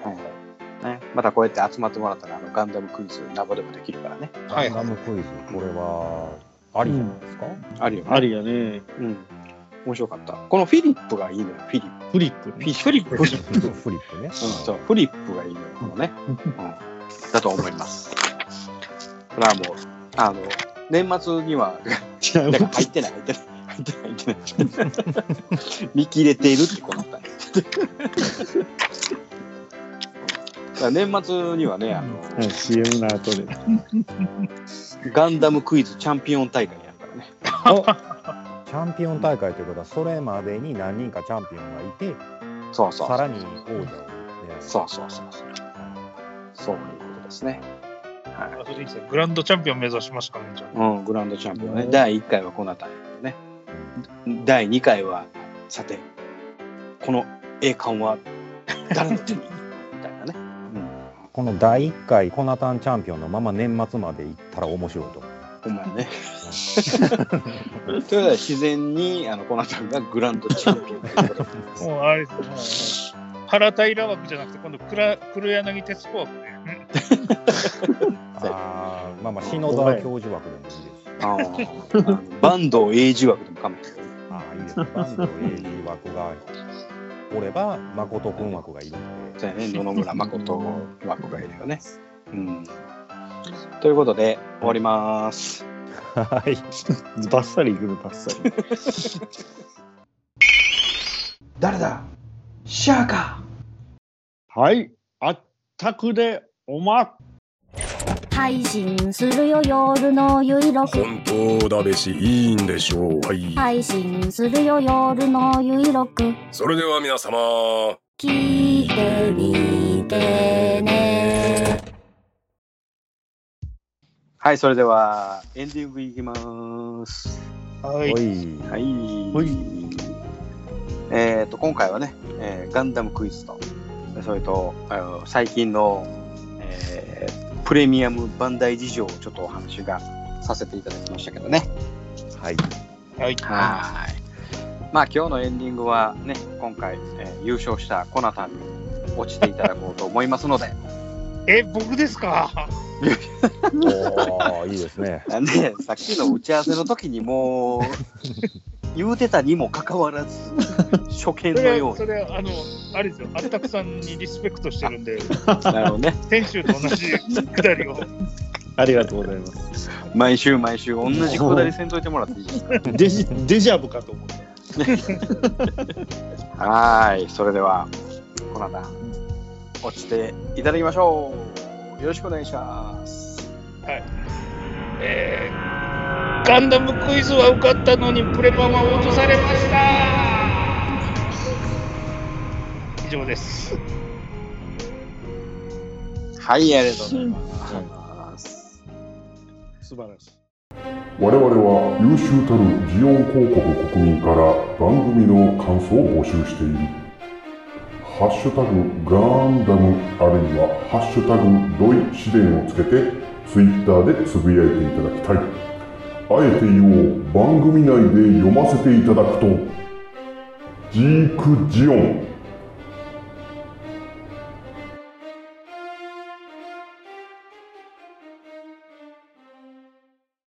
いね、またこうやって集まってもらったら、あの、ガンダムクイズ、なんぼでもできるからね。
はい
ガンダムクイズ、これは、ありじゃないですか、
あるよ、ね。
ありやね。
うん。面白かった。このフィリップがいいのよ、フィリップ。
フリップね。
フィリップ。うん、
フリップね。
そう、フリップがいいのよ、このね。うん。だと思います。それはもう、あの、年末には、
違う
だから入ってない入ってない入ってない入ってない見切れているってこうな ったねだから年末にはねあの、
はい CM の後で。
ガンダムクイズチャンピオン大会やるからね
チャンピオン大会ということは、それまでに何人かチャンピオンがいて、
そうそう
さらに王者を狙う。
そうそうそうそうそういうことですねは
あそれでいいですねグランドチャンピオン目指しますからね、じゃ
い、うん、グランドチャンピオンね、
うん
第1回はこの辺りね第2回はさてこの栄冠は誰の手にみたいなね
この第1回コナタンチャンピオンのまま年末まで行ったら面白いと思う。
ほんまやね。ということで自然にあのコナタンがグランドチャンピオンということで
あ。もうあれですね。原平枠じゃなくて、今度黒、黒柳徹子枠で、ね。
ああ、まあまあ篠沢教授枠でもいいですし。
あーバンド英字枠でもかめへんけどね
ああ、いいですね。バンド AD 枠がおれば、誠君枠がいるんで。
そうやね野々村誠枠がいるよね。うん、ということで終わります。
はい。
バッサリいくの、バッサリ。
誰だシャーか
はい。あったくで、おま。
配信するよ夜のゆいろく
本当だべしいいんでしょうはい
配信するよ夜のゆいろく
それでは皆様
聞いてみてね
はい、それではエンディングいきます。
は
お
い。
い。
はい。
はい
えっ、と、今回はね、えーガンダムクイズと、それと、あの最近の、えープレミアムバンダイ事情をちょっとお話がさせていただきましたけどね。
はい。
はい。
はーい。まあ、今日のエンディングはね、今回、えー優勝したコナタンに落ちていただこうと思いますので、
え、僕ですか
おお、いいですね。
ね、さっきの打ち合わせの時にもう、 言うてたにもかかわらず、初見の
それ
よ
は、
うに
そ。れはあの、あれですよ。あったくさんにリスペクトしてるんで、
なるほどね。
先週と同じくだりを。
ありがとうございます。
毎週毎週同じくだりせんといてもらっていいですか
デジ、デジャブかと思った。
はーいそれではこの後落ちていただきましょうよろしくお願いします
えーガンダムクイズは受かったのにプレパンは落とされました以上です
はいありがとうございます、
素晴らしい。
我々は優秀たるジオン広告国民から番組の感想を募集している「ハッシュタグガンダム」あるいは「ハッシュタグドイ試練」をつけてツイッターでつぶやいていただきたいあえて言おう番組内で読ませていただくとジークジオン